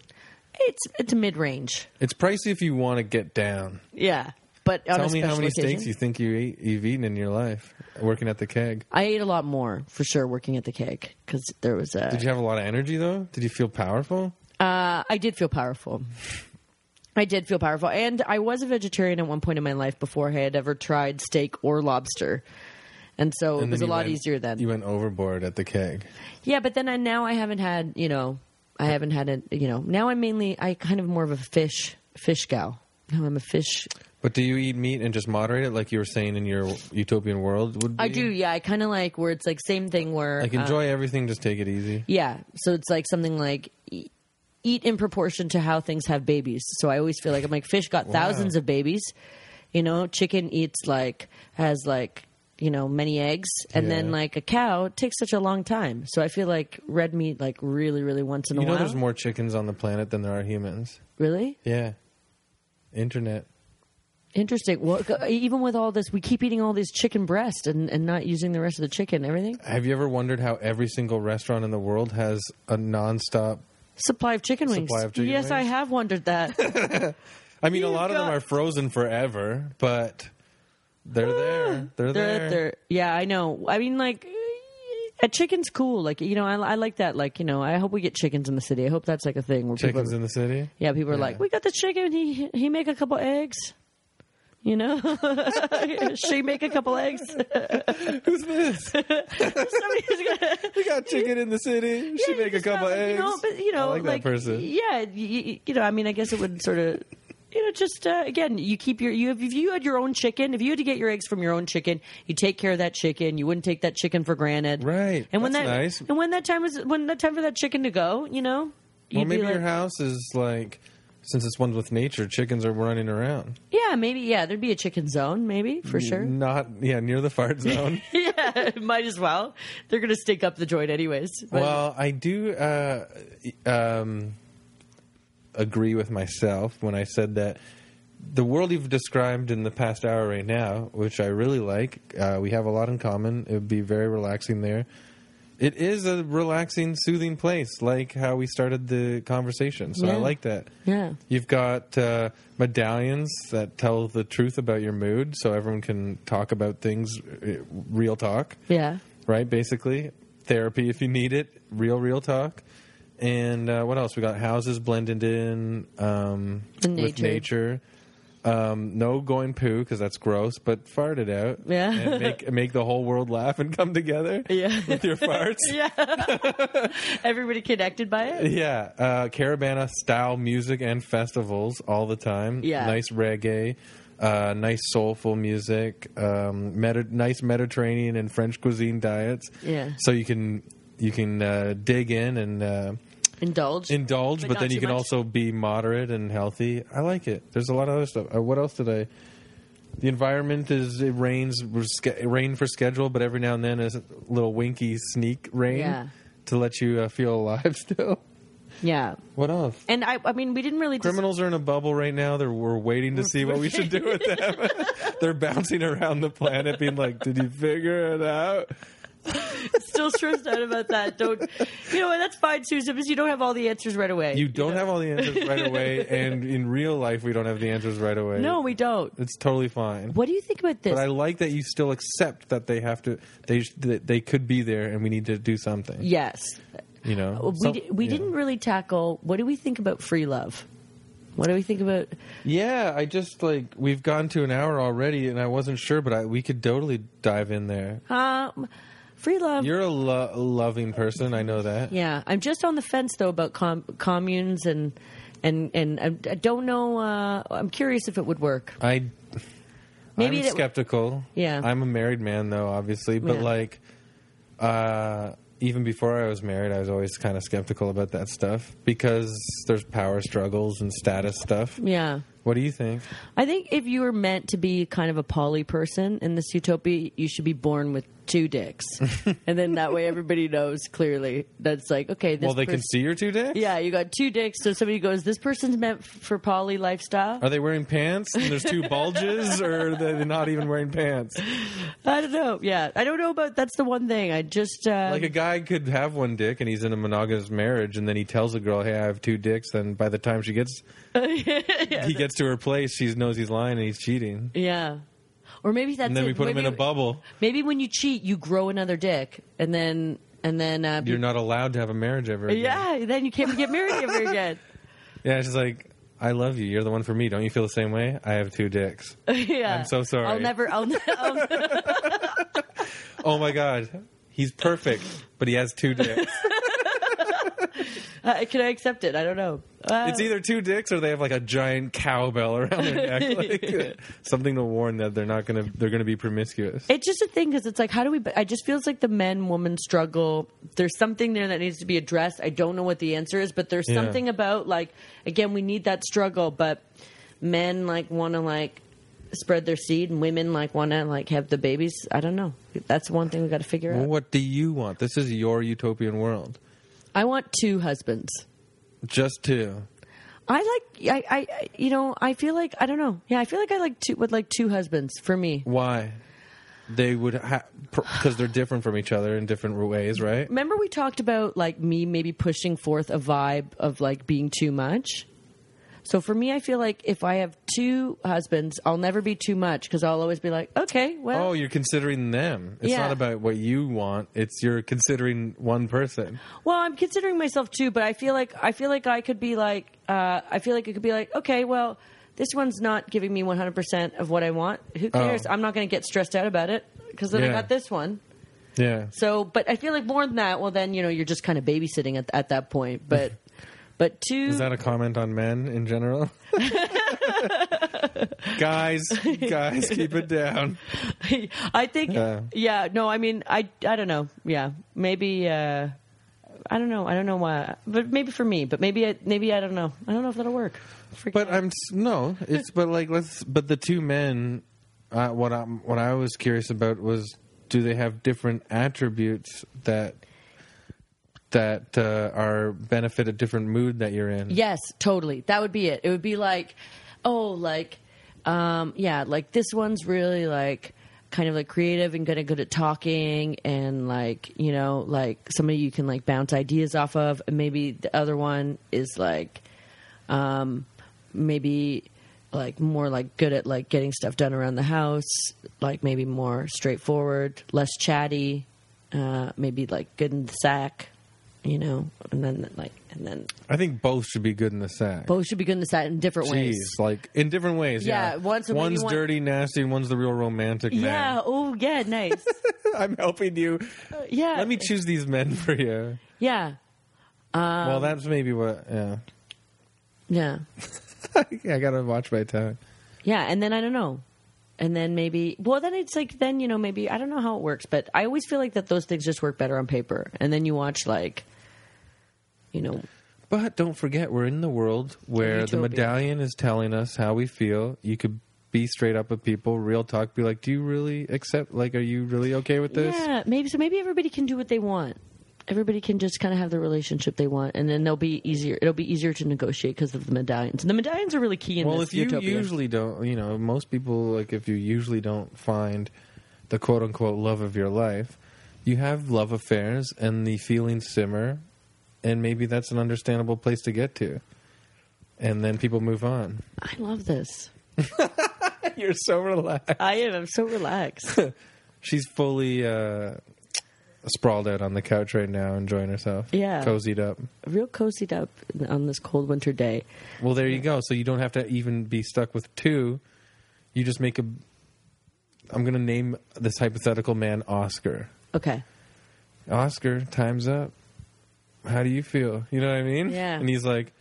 Speaker 2: It's it's mid range.
Speaker 1: It's pricey if you want to get down.
Speaker 2: Yeah, but on a
Speaker 1: Tell me how
Speaker 2: special
Speaker 1: many
Speaker 2: occasion.
Speaker 1: steaks you think you eat, you've eaten in your life working at the Keg.
Speaker 2: I ate a lot more for sure working at the cake because there was a.
Speaker 1: Did you have a lot of energy though? Did you feel powerful?
Speaker 2: uh, I did feel powerful. I did feel powerful, and I was a vegetarian at one point in my life before I had ever tried steak or lobster, and so it
Speaker 1: And
Speaker 2: was a
Speaker 1: then you
Speaker 2: lot
Speaker 1: went-
Speaker 2: easier then.
Speaker 1: You went overboard at the Keg.
Speaker 2: yeah, but then I now I haven't had you know I haven't had a you know now I'm mainly I kind of more of a fish fish gal. Now I'm a fish.
Speaker 1: But do you eat meat and just moderate it, like you were saying in your utopian world? Would
Speaker 2: I
Speaker 1: be?
Speaker 2: do, yeah. I kind of like where it's like same thing where
Speaker 1: Like
Speaker 2: uh,
Speaker 1: enjoy everything, just take it easy.
Speaker 2: Yeah. So it's like something like e- eat in proportion to how things have babies. So I always feel like I'm like fish got thousands of babies. You know, chicken eats like has like you know many eggs, and then
Speaker 1: Yeah.
Speaker 2: like a cow takes such a long time. So I feel like red meat like really really once in a
Speaker 1: You know,
Speaker 2: while.
Speaker 1: there's more chickens on the planet than there are humans.
Speaker 2: really
Speaker 1: Yeah, internet.
Speaker 2: interesting. Well, even with all this, we keep eating all this chicken breast and and not using the rest of the chicken. Everything
Speaker 1: Have you ever wondered how every single restaurant in the world has a nonstop?
Speaker 2: supply of chicken wings.
Speaker 1: Supply of chicken
Speaker 2: yes, I
Speaker 1: wings?
Speaker 2: have
Speaker 1: *laughs*
Speaker 2: wondered that.
Speaker 1: I mean, a
Speaker 2: You've
Speaker 1: lot of them
Speaker 2: got-
Speaker 1: are frozen forever, but they're there. They're
Speaker 2: They're-
Speaker 1: there.
Speaker 2: they're- yeah, I know. I mean, like, a chicken's cool. Like, you know, I, I like that. Like, you know, I hope we get chickens in the city. I hope that's like a thing where
Speaker 1: Chickens
Speaker 2: people,
Speaker 1: in the city.
Speaker 2: yeah, people are like, we got the chicken. He he make a couple eggs. You know, *laughs* she make a couple eggs.
Speaker 1: *laughs*
Speaker 2: *laughs*
Speaker 1: Who's this?
Speaker 2: Somebody's gonna
Speaker 1: We got chicken in the city. She
Speaker 2: *laughs* Yeah,
Speaker 1: make a
Speaker 2: just
Speaker 1: couple
Speaker 2: not, like,
Speaker 1: eggs.
Speaker 2: You know, but you know,
Speaker 1: I like, that person.
Speaker 2: Yeah, you, y you know, I mean, I guess it would sort of, you know, just uh, again, you keep your you. If you had your own chicken, if you had to get your eggs from your own chicken, you take care of that chicken. You wouldn't take that chicken for granted,
Speaker 1: Right.
Speaker 2: And when
Speaker 1: That's
Speaker 2: that
Speaker 1: nice.
Speaker 2: and when that time was when that time for that chicken to go, you know,
Speaker 1: well,
Speaker 2: you'd be
Speaker 1: maybe
Speaker 2: like,
Speaker 1: your house is like, since it's one with nature, chickens are running around.
Speaker 2: yeah, maybe yeah, there'd be a chicken zone, maybe for sure. *laughs*
Speaker 1: Not yeah, near the fart *laughs* zone.
Speaker 2: yeah, might as well. They're gonna stink up the joint anyways. But-
Speaker 1: Well, I do. Uh, um, agree with myself when I said that the world you've described in the past hour right now, which I really like, uh, we have a lot in common. It would be very relaxing there. It is a relaxing, soothing place, like how we started the conversation. So I
Speaker 2: Yeah.
Speaker 1: like that.
Speaker 2: Yeah.
Speaker 1: You've got uh, medallions that tell the truth about your mood, so everyone can talk about things, uh, real talk
Speaker 2: Yeah.
Speaker 1: right? Basically, therapy if you need it, real, real talk. And uh, what else? We got houses blended in um,
Speaker 2: And
Speaker 1: with nature. Um, no going poo because that's gross, but fart it out.
Speaker 2: Yeah.
Speaker 1: and make make the whole world laugh and come together.
Speaker 2: *laughs* Yeah.
Speaker 1: with your farts.
Speaker 2: Yeah. Everybody connected by it?
Speaker 1: Yeah, uh, Caravana style music and festivals all the time.
Speaker 2: Yeah.
Speaker 1: nice reggae, uh, nice soulful music, um, Medi- nice Mediterranean and French cuisine diets.
Speaker 2: Yeah.
Speaker 1: so you can you can uh, dig in and uh,
Speaker 2: Indulged.
Speaker 1: indulge,
Speaker 2: But
Speaker 1: but,
Speaker 2: not
Speaker 1: then you
Speaker 2: too
Speaker 1: can
Speaker 2: much.
Speaker 1: also be moderate and healthy. I like it. There's a lot of other stuff. Uh, what else did I? The environment is it rains we're sch- rain for schedule, but every now and then is a little winky sneak rain
Speaker 2: Yeah.
Speaker 1: to let you uh, feel alive *laughs* still.
Speaker 2: yeah.
Speaker 1: What else?
Speaker 2: And I I mean we didn't really dis-
Speaker 1: Criminals are in a bubble right now. They're we're waiting to see what we should do
Speaker 2: *laughs*
Speaker 1: with them. *laughs* They're bouncing around the planet, being like, "Did you figure it out?" *laughs*
Speaker 2: still stressed out about that. Don't you know what that's fine, Susan, because you don't have all the answers right away.
Speaker 1: You don't have all the answers right
Speaker 2: *laughs*
Speaker 1: away, and in real life, we don't have the answers right away.
Speaker 2: No, we don't.
Speaker 1: it's totally fine.
Speaker 2: What do you think about this?
Speaker 1: But I like that you still accept that they have to. They sh- that they could be there, and we need to do something.
Speaker 2: yes.
Speaker 1: You know,
Speaker 2: We,
Speaker 1: Some-
Speaker 2: di- we
Speaker 1: yeah.
Speaker 2: didn't really tackle what do we think about free love? What do we think about
Speaker 1: Yeah, I just like we've gone to an hour already, and I wasn't sure, but I, we could totally dive in there.
Speaker 2: um, free love?
Speaker 1: You're a lo- loving person. I know that.
Speaker 2: Yeah, I'm just on the fence though about com- communes and and and I- I don't know. Uh, I'm curious if it would work.
Speaker 1: I
Speaker 2: Maybe
Speaker 1: I'm
Speaker 2: it-
Speaker 1: skeptical.
Speaker 2: Yeah.
Speaker 1: I'm a married man though, obviously, but
Speaker 2: Yeah.
Speaker 1: like uh even before I was married, I was always kind of skeptical about that stuff because there's power struggles and status stuff.
Speaker 2: Yeah,
Speaker 1: What do you think?
Speaker 2: I think if you were meant to be kind of a poly person in this utopia, you should be born with
Speaker 1: *laughs*
Speaker 2: two dicks, and then that way everybody knows clearly. That's like okay. This
Speaker 1: well, they can
Speaker 2: pers-
Speaker 1: see your two dicks?
Speaker 2: Yeah, you got two dicks. So somebody goes, "This person's meant f- for poly lifestyle."
Speaker 1: Are they wearing pants and there's two bulges or they're not even wearing pants?
Speaker 2: I don't know. Yeah, I don't know about. That's the one thing. I just uh,
Speaker 1: Like a guy could have one dick and he's in a monogamous marriage and then he tells a girl, "Hey, I have two dicks." Then by the time she
Speaker 2: *laughs*
Speaker 1: gets he gets to her place, she knows he's lying and he's cheating.
Speaker 2: yeah. Or maybe that's
Speaker 1: And then
Speaker 2: it.
Speaker 1: we put him in
Speaker 2: Maybe-
Speaker 1: a bubble.
Speaker 2: Maybe when you cheat, you grow another dick, and then and then uh,
Speaker 1: You're not allowed to have a marriage ever. again.
Speaker 2: *laughs* yeah, then you can't get married ever again. *laughs*
Speaker 1: Yeah, it's just like, I love you. You're the one for me. Don't you feel the same way? I have two dicks.
Speaker 2: yeah,
Speaker 1: I'm so sorry.
Speaker 2: I'll never. I'll, ne- *laughs* I'll
Speaker 1: oh my God. He's perfect, but he has two dicks.
Speaker 2: uh, can I accept it? I don't know. Uh,
Speaker 1: It's either two dicks or they have like a giant cowbell around their neck. Like, something to warn that they're not going to, they're going to be promiscuous.
Speaker 2: it's just a thing because it's like, how do we? I just feels like the men woman struggle. There's something there that needs to be addressed. I don't know what the answer is, but there's
Speaker 1: Yeah.
Speaker 2: something about like again, we need that struggle, but men like want to like spread their seed, and women like want to like have the babies. I don't know. That's one thing we got to figure
Speaker 1: Well,
Speaker 2: out.
Speaker 1: what do you want? This is your utopian world.
Speaker 2: I want two husbands.
Speaker 1: Just two.
Speaker 2: I like I, I I- you know I feel like I don't know yeah I feel like I like two would like two husbands for me.
Speaker 1: Why? They would have, because they're different from each other in different ways, right?
Speaker 2: Remember we talked about like me maybe pushing forth a vibe of like being too much. So for me, I feel like if I have two husbands, I'll never be too much because I'll always be like, okay, well,
Speaker 1: Oh, you're considering them. It's
Speaker 2: Yeah.
Speaker 1: not about what you want. It's you're considering one person.
Speaker 2: well, I'm considering myself too, but I feel like I feel like I could be like, uh, I feel like it could be like, okay, well, this one's not giving me 100 percent of what I want. Who cares? I'm not going to get stressed out about it because then I
Speaker 1: Yeah.
Speaker 2: got this one.
Speaker 1: Yeah.
Speaker 2: So, but I feel like more than that. Well, then you know you're just kind of babysitting at, at that point. But, *laughs* but two,
Speaker 1: Is that a comment on men in general? *laughs* guys, guys, keep it down.
Speaker 2: *laughs* I think,
Speaker 1: Yeah.
Speaker 2: yeah, no, I mean, I, I don't know, yeah, maybe, uh, I don't know, I don't know why, but maybe for me, but maybe, I, maybe I don't know, I don't know if that'll work. Freak
Speaker 1: But
Speaker 2: out.
Speaker 1: I'm s- no. It's but like let's. But the two men. Uh, what I what I was curious about was do they have different attributes that that uh, are benefit a different mood that you're in.
Speaker 2: Yes, totally. That would be it. It would be like, oh, like, um, yeah, like this one's really like kind of like creative and gonna good at talking and like you know like somebody you can like bounce ideas off of and maybe the other one is like um maybe like more like good at like getting stuff done around the house like maybe more straightforward less chatty uh maybe like good in the sack you know and then like and then
Speaker 1: I think both should be good in the sack.
Speaker 2: both should be good in the sack in different
Speaker 1: Jeez,
Speaker 2: ways
Speaker 1: like in different ways. Yeah,
Speaker 2: Yeah, one's a-
Speaker 1: one's
Speaker 2: maybe one-
Speaker 1: dirty, nasty, and one's the real romantic
Speaker 2: yeah
Speaker 1: man.
Speaker 2: oh yeah
Speaker 1: *laughs*
Speaker 2: nice
Speaker 1: I'm helping you.
Speaker 2: yeah
Speaker 1: Let me choose these men for you.
Speaker 2: yeah
Speaker 1: well,
Speaker 2: Um,
Speaker 1: that's maybe what. Yeah, *laughs*
Speaker 2: yeah
Speaker 1: I gotta watch my tongue.
Speaker 2: Yeah, and then I don't know. And then maybe, well, then it's like, then, you know, maybe, I don't know how it works, but I always feel like that those things just work better on paper. And then you watch, like, you know,
Speaker 1: But don't forget, we're in the world where the
Speaker 2: Utopia.
Speaker 1: medallion is telling us how we feel. You could be straight up with people, real talk. Be like, do you really accept? Like, are you really okay with this?
Speaker 2: yeah, maybe, so maybe everybody can do what they want. Everybody can just kind of have the relationship they want, and then they'll be easier. It'll be easier to negotiate because of the medallions. And the medallions are really key in
Speaker 1: Well,
Speaker 2: this
Speaker 1: if you
Speaker 2: utopia.
Speaker 1: usually don't, you know, most people like if you usually don't find the quote unquote love of your life, you have love affairs and the feelings simmer, and maybe that's an understandable place to get to. And then people move
Speaker 2: *laughs*
Speaker 1: on.
Speaker 2: I love this.
Speaker 1: You're so relaxed.
Speaker 2: I am. I'm so relaxed.
Speaker 1: She's fully uh, sprawled out on the couch right now, enjoying herself.
Speaker 2: Yeah.
Speaker 1: cozied up.
Speaker 2: Real cozied up on this cold winter day.
Speaker 1: Well, there you go. So you don't have to even be stuck with two. You just make a. I'm going to name this hypothetical man Oscar.
Speaker 2: Okay.
Speaker 1: Oscar, time's up. How do you feel? You know what I mean?
Speaker 2: Yeah.
Speaker 1: And he's like,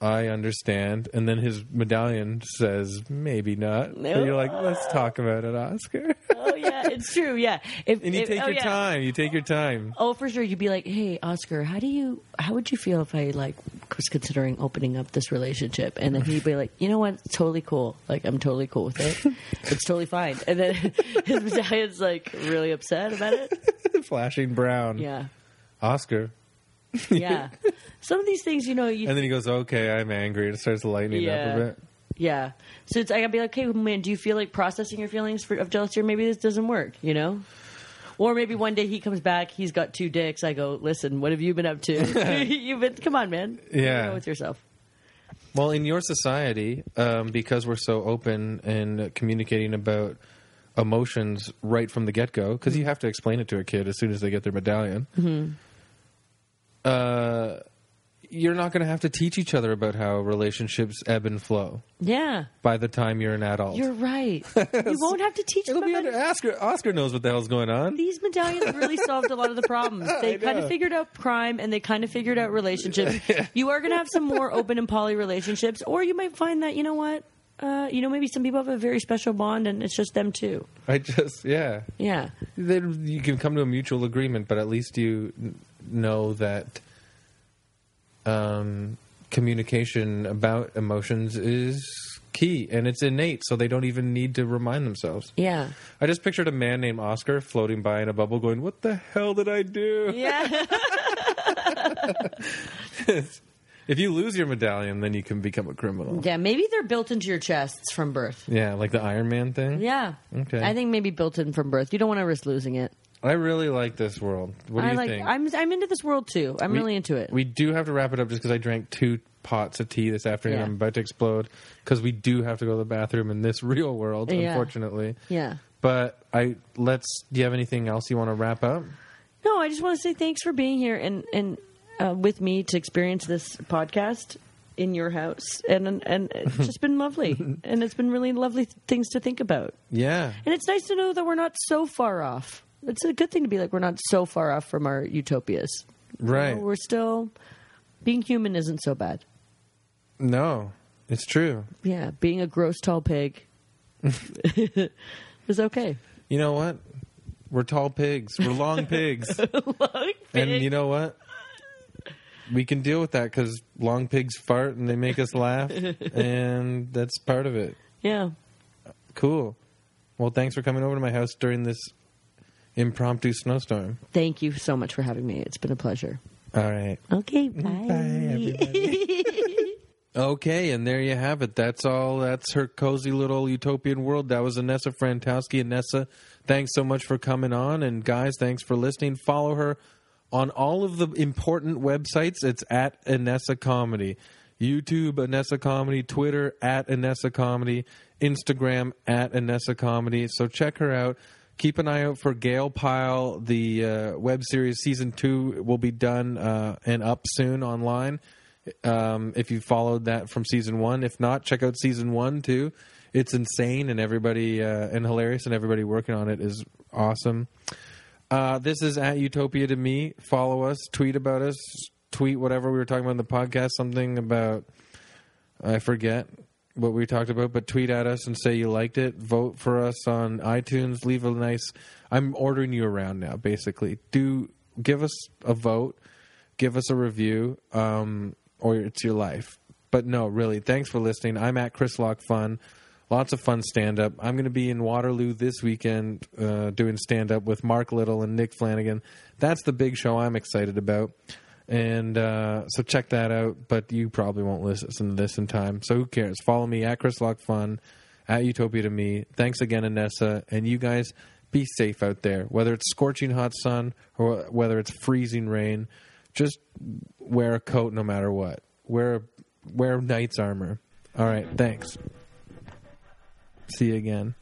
Speaker 1: I understand. And then his medallion says, maybe not.
Speaker 2: No.
Speaker 1: And you're like, let's talk about it,
Speaker 2: *laughs*
Speaker 1: Oscar.
Speaker 2: Oh yeah, it's true. Yeah. If,
Speaker 1: and you
Speaker 2: if-
Speaker 1: take
Speaker 2: oh,
Speaker 1: your
Speaker 2: yeah.
Speaker 1: time. You take your time.
Speaker 2: Oh, for sure. You'd be like, "Hey, Oscar, how do you? How would you feel if I like was considering opening up this relationship?" And then he'd be like, "You know what? It's totally cool. Like, I'm totally cool
Speaker 1: *laughs*
Speaker 2: with it. It's totally fine." And then *laughs* his medallion's like really upset about it.
Speaker 1: Flashing brown.
Speaker 2: Yeah,
Speaker 1: Oscar.
Speaker 2: yeah. Some of these things, you know, you
Speaker 1: And then he goes, okay, I'm angry. It starts lightening up
Speaker 2: Yeah.
Speaker 1: a bit.
Speaker 2: yeah. So it's I gotta be like, "Hey, man, do you feel like processing your feelings for, of jealousy, or maybe this doesn't work?" You know. Or maybe one day he comes back, he's got two dicks. I go, listen, what have you been up
Speaker 1: *laughs*
Speaker 2: to? *laughs* You've been, come on, man. You
Speaker 1: Yeah.
Speaker 2: know with yourself.
Speaker 1: Well, in your society, um, because we're so open and communicating about emotions right from the get go, because you have to explain it to a kid as soon as they get their medallion, uh, you're not going to have to teach each other about how relationships ebb and flow
Speaker 2: Yeah.
Speaker 1: by the time you're an adult. *laughs*
Speaker 2: You're right. you won't have to teach
Speaker 1: It'll
Speaker 2: them
Speaker 1: be
Speaker 2: about
Speaker 1: under
Speaker 2: it.
Speaker 1: Oscar. Oscar knows what the hell's going on.
Speaker 2: These medallions really solved a lot of
Speaker 1: *laughs*
Speaker 2: the problems. They kind
Speaker 1: know.
Speaker 2: of figured out crime and they kind of figured
Speaker 1: *laughs*
Speaker 2: out relationships. You are going to have some more open and poly relationships, or you might find that, you know what? Uh, you know, maybe some people have a very special bond and it's just them too.
Speaker 1: I just, yeah.
Speaker 2: Yeah.
Speaker 1: Then you can come to a mutual agreement, but at least you n- know that um, communication about emotions is key and it's innate, so they don't even need to remind themselves.
Speaker 2: Yeah.
Speaker 1: I just pictured a man named Oscar floating by in a bubble, going, "What the hell did I do?"
Speaker 2: Yeah.
Speaker 1: *laughs* If you lose your medallion, then you can become a criminal.
Speaker 2: *laughs* yeah. Maybe they're built into your chests from birth.
Speaker 1: Yeah, like the Iron Man thing.
Speaker 2: Yeah.
Speaker 1: Okay.
Speaker 2: I think maybe built in from birth. You don't want to risk losing it.
Speaker 1: I really like this world. What do
Speaker 2: I
Speaker 1: you
Speaker 2: like
Speaker 1: think?
Speaker 2: I'm I'm into this world too. I'm really into it.
Speaker 1: We do have to wrap it up just because I drank two pots of tea this afternoon.
Speaker 2: Yeah.
Speaker 1: I'm about to explode because we do have to go to the bathroom in this *laughs* real world,
Speaker 2: Yeah.
Speaker 1: unfortunately.
Speaker 2: yeah.
Speaker 1: But I let's. Do you have anything else you want to wrap up?
Speaker 2: No, I just want to say thanks for being here and and uh, with me to experience this podcast in your house, and and, and it's just
Speaker 1: *laughs*
Speaker 2: been lovely, and it's been really lovely things to think about,
Speaker 1: Yeah,
Speaker 2: and it's nice to know that we're not so far off. It's a good thing to be like we're not so far off from our utopias.
Speaker 1: right.
Speaker 2: We're still being human isn't so bad.
Speaker 1: No, it's true.
Speaker 2: Yeah, being a gross
Speaker 1: *laughs*
Speaker 2: tall pig is okay.
Speaker 1: You know what? We're tall pigs. We're
Speaker 2: *laughs*
Speaker 1: long pigs,
Speaker 2: Like,
Speaker 1: and
Speaker 2: pig.
Speaker 1: you know what? We can deal with that because long pigs fart and they make us
Speaker 2: *laughs*
Speaker 1: laugh, and that's part of it.
Speaker 2: *laughs* yeah.
Speaker 1: Cool. Well, thanks for coming over to my house during this impromptu snowstorm.
Speaker 2: Thank you so much for having me. It's been a pleasure.
Speaker 1: All right.
Speaker 2: Okay,
Speaker 1: Okay, and there you have it. That's all. That's her cozy little utopian world. That was Anessa Frantowski. Anessa, thanks so much for coming on. And guys, thanks for listening. Follow her on all of the important websites. It's at Anessa Comedy. YouTube, Anessa Comedy. Twitter, at Anessa Comedy. Instagram, at Anessa Comedy. So check her out. Keep an eye out for Gail Pyle. The uh, web series season two will be done uh, and up soon online um, if you followed that from season one. If not, check out season one too. It's insane and everybody uh, and hilarious, and everybody working on it is awesome. Uh, this is at Utopia to me. Follow us, tweet about us, tweet whatever we were talking about in the podcast. Something about I forget what we talked about, but tweet at us and say you liked it. Vote for us on iTunes. Leave a nice. I'm ordering you around now. Basically, do give us a vote, give us a review, um, or it's your life. But no, really, thanks for listening. I'm at Chris Lock Fun. Lots of fun stand up. I'm going to be in Waterloo this weekend uh, doing stand up with Mark Little and Nick Flanagan. That's the big show I'm excited about. And uh, so check that out. But you probably won't listen to this in time. So who cares? Follow me at Chris Lock Fun, at Utopia to Me. Thanks again, Anessa. And you guys be safe out there. Whether it's scorching hot sun or whether it's freezing rain, just wear a coat no matter what. Wear, wear knight's armor. All right. Thanks. See you again.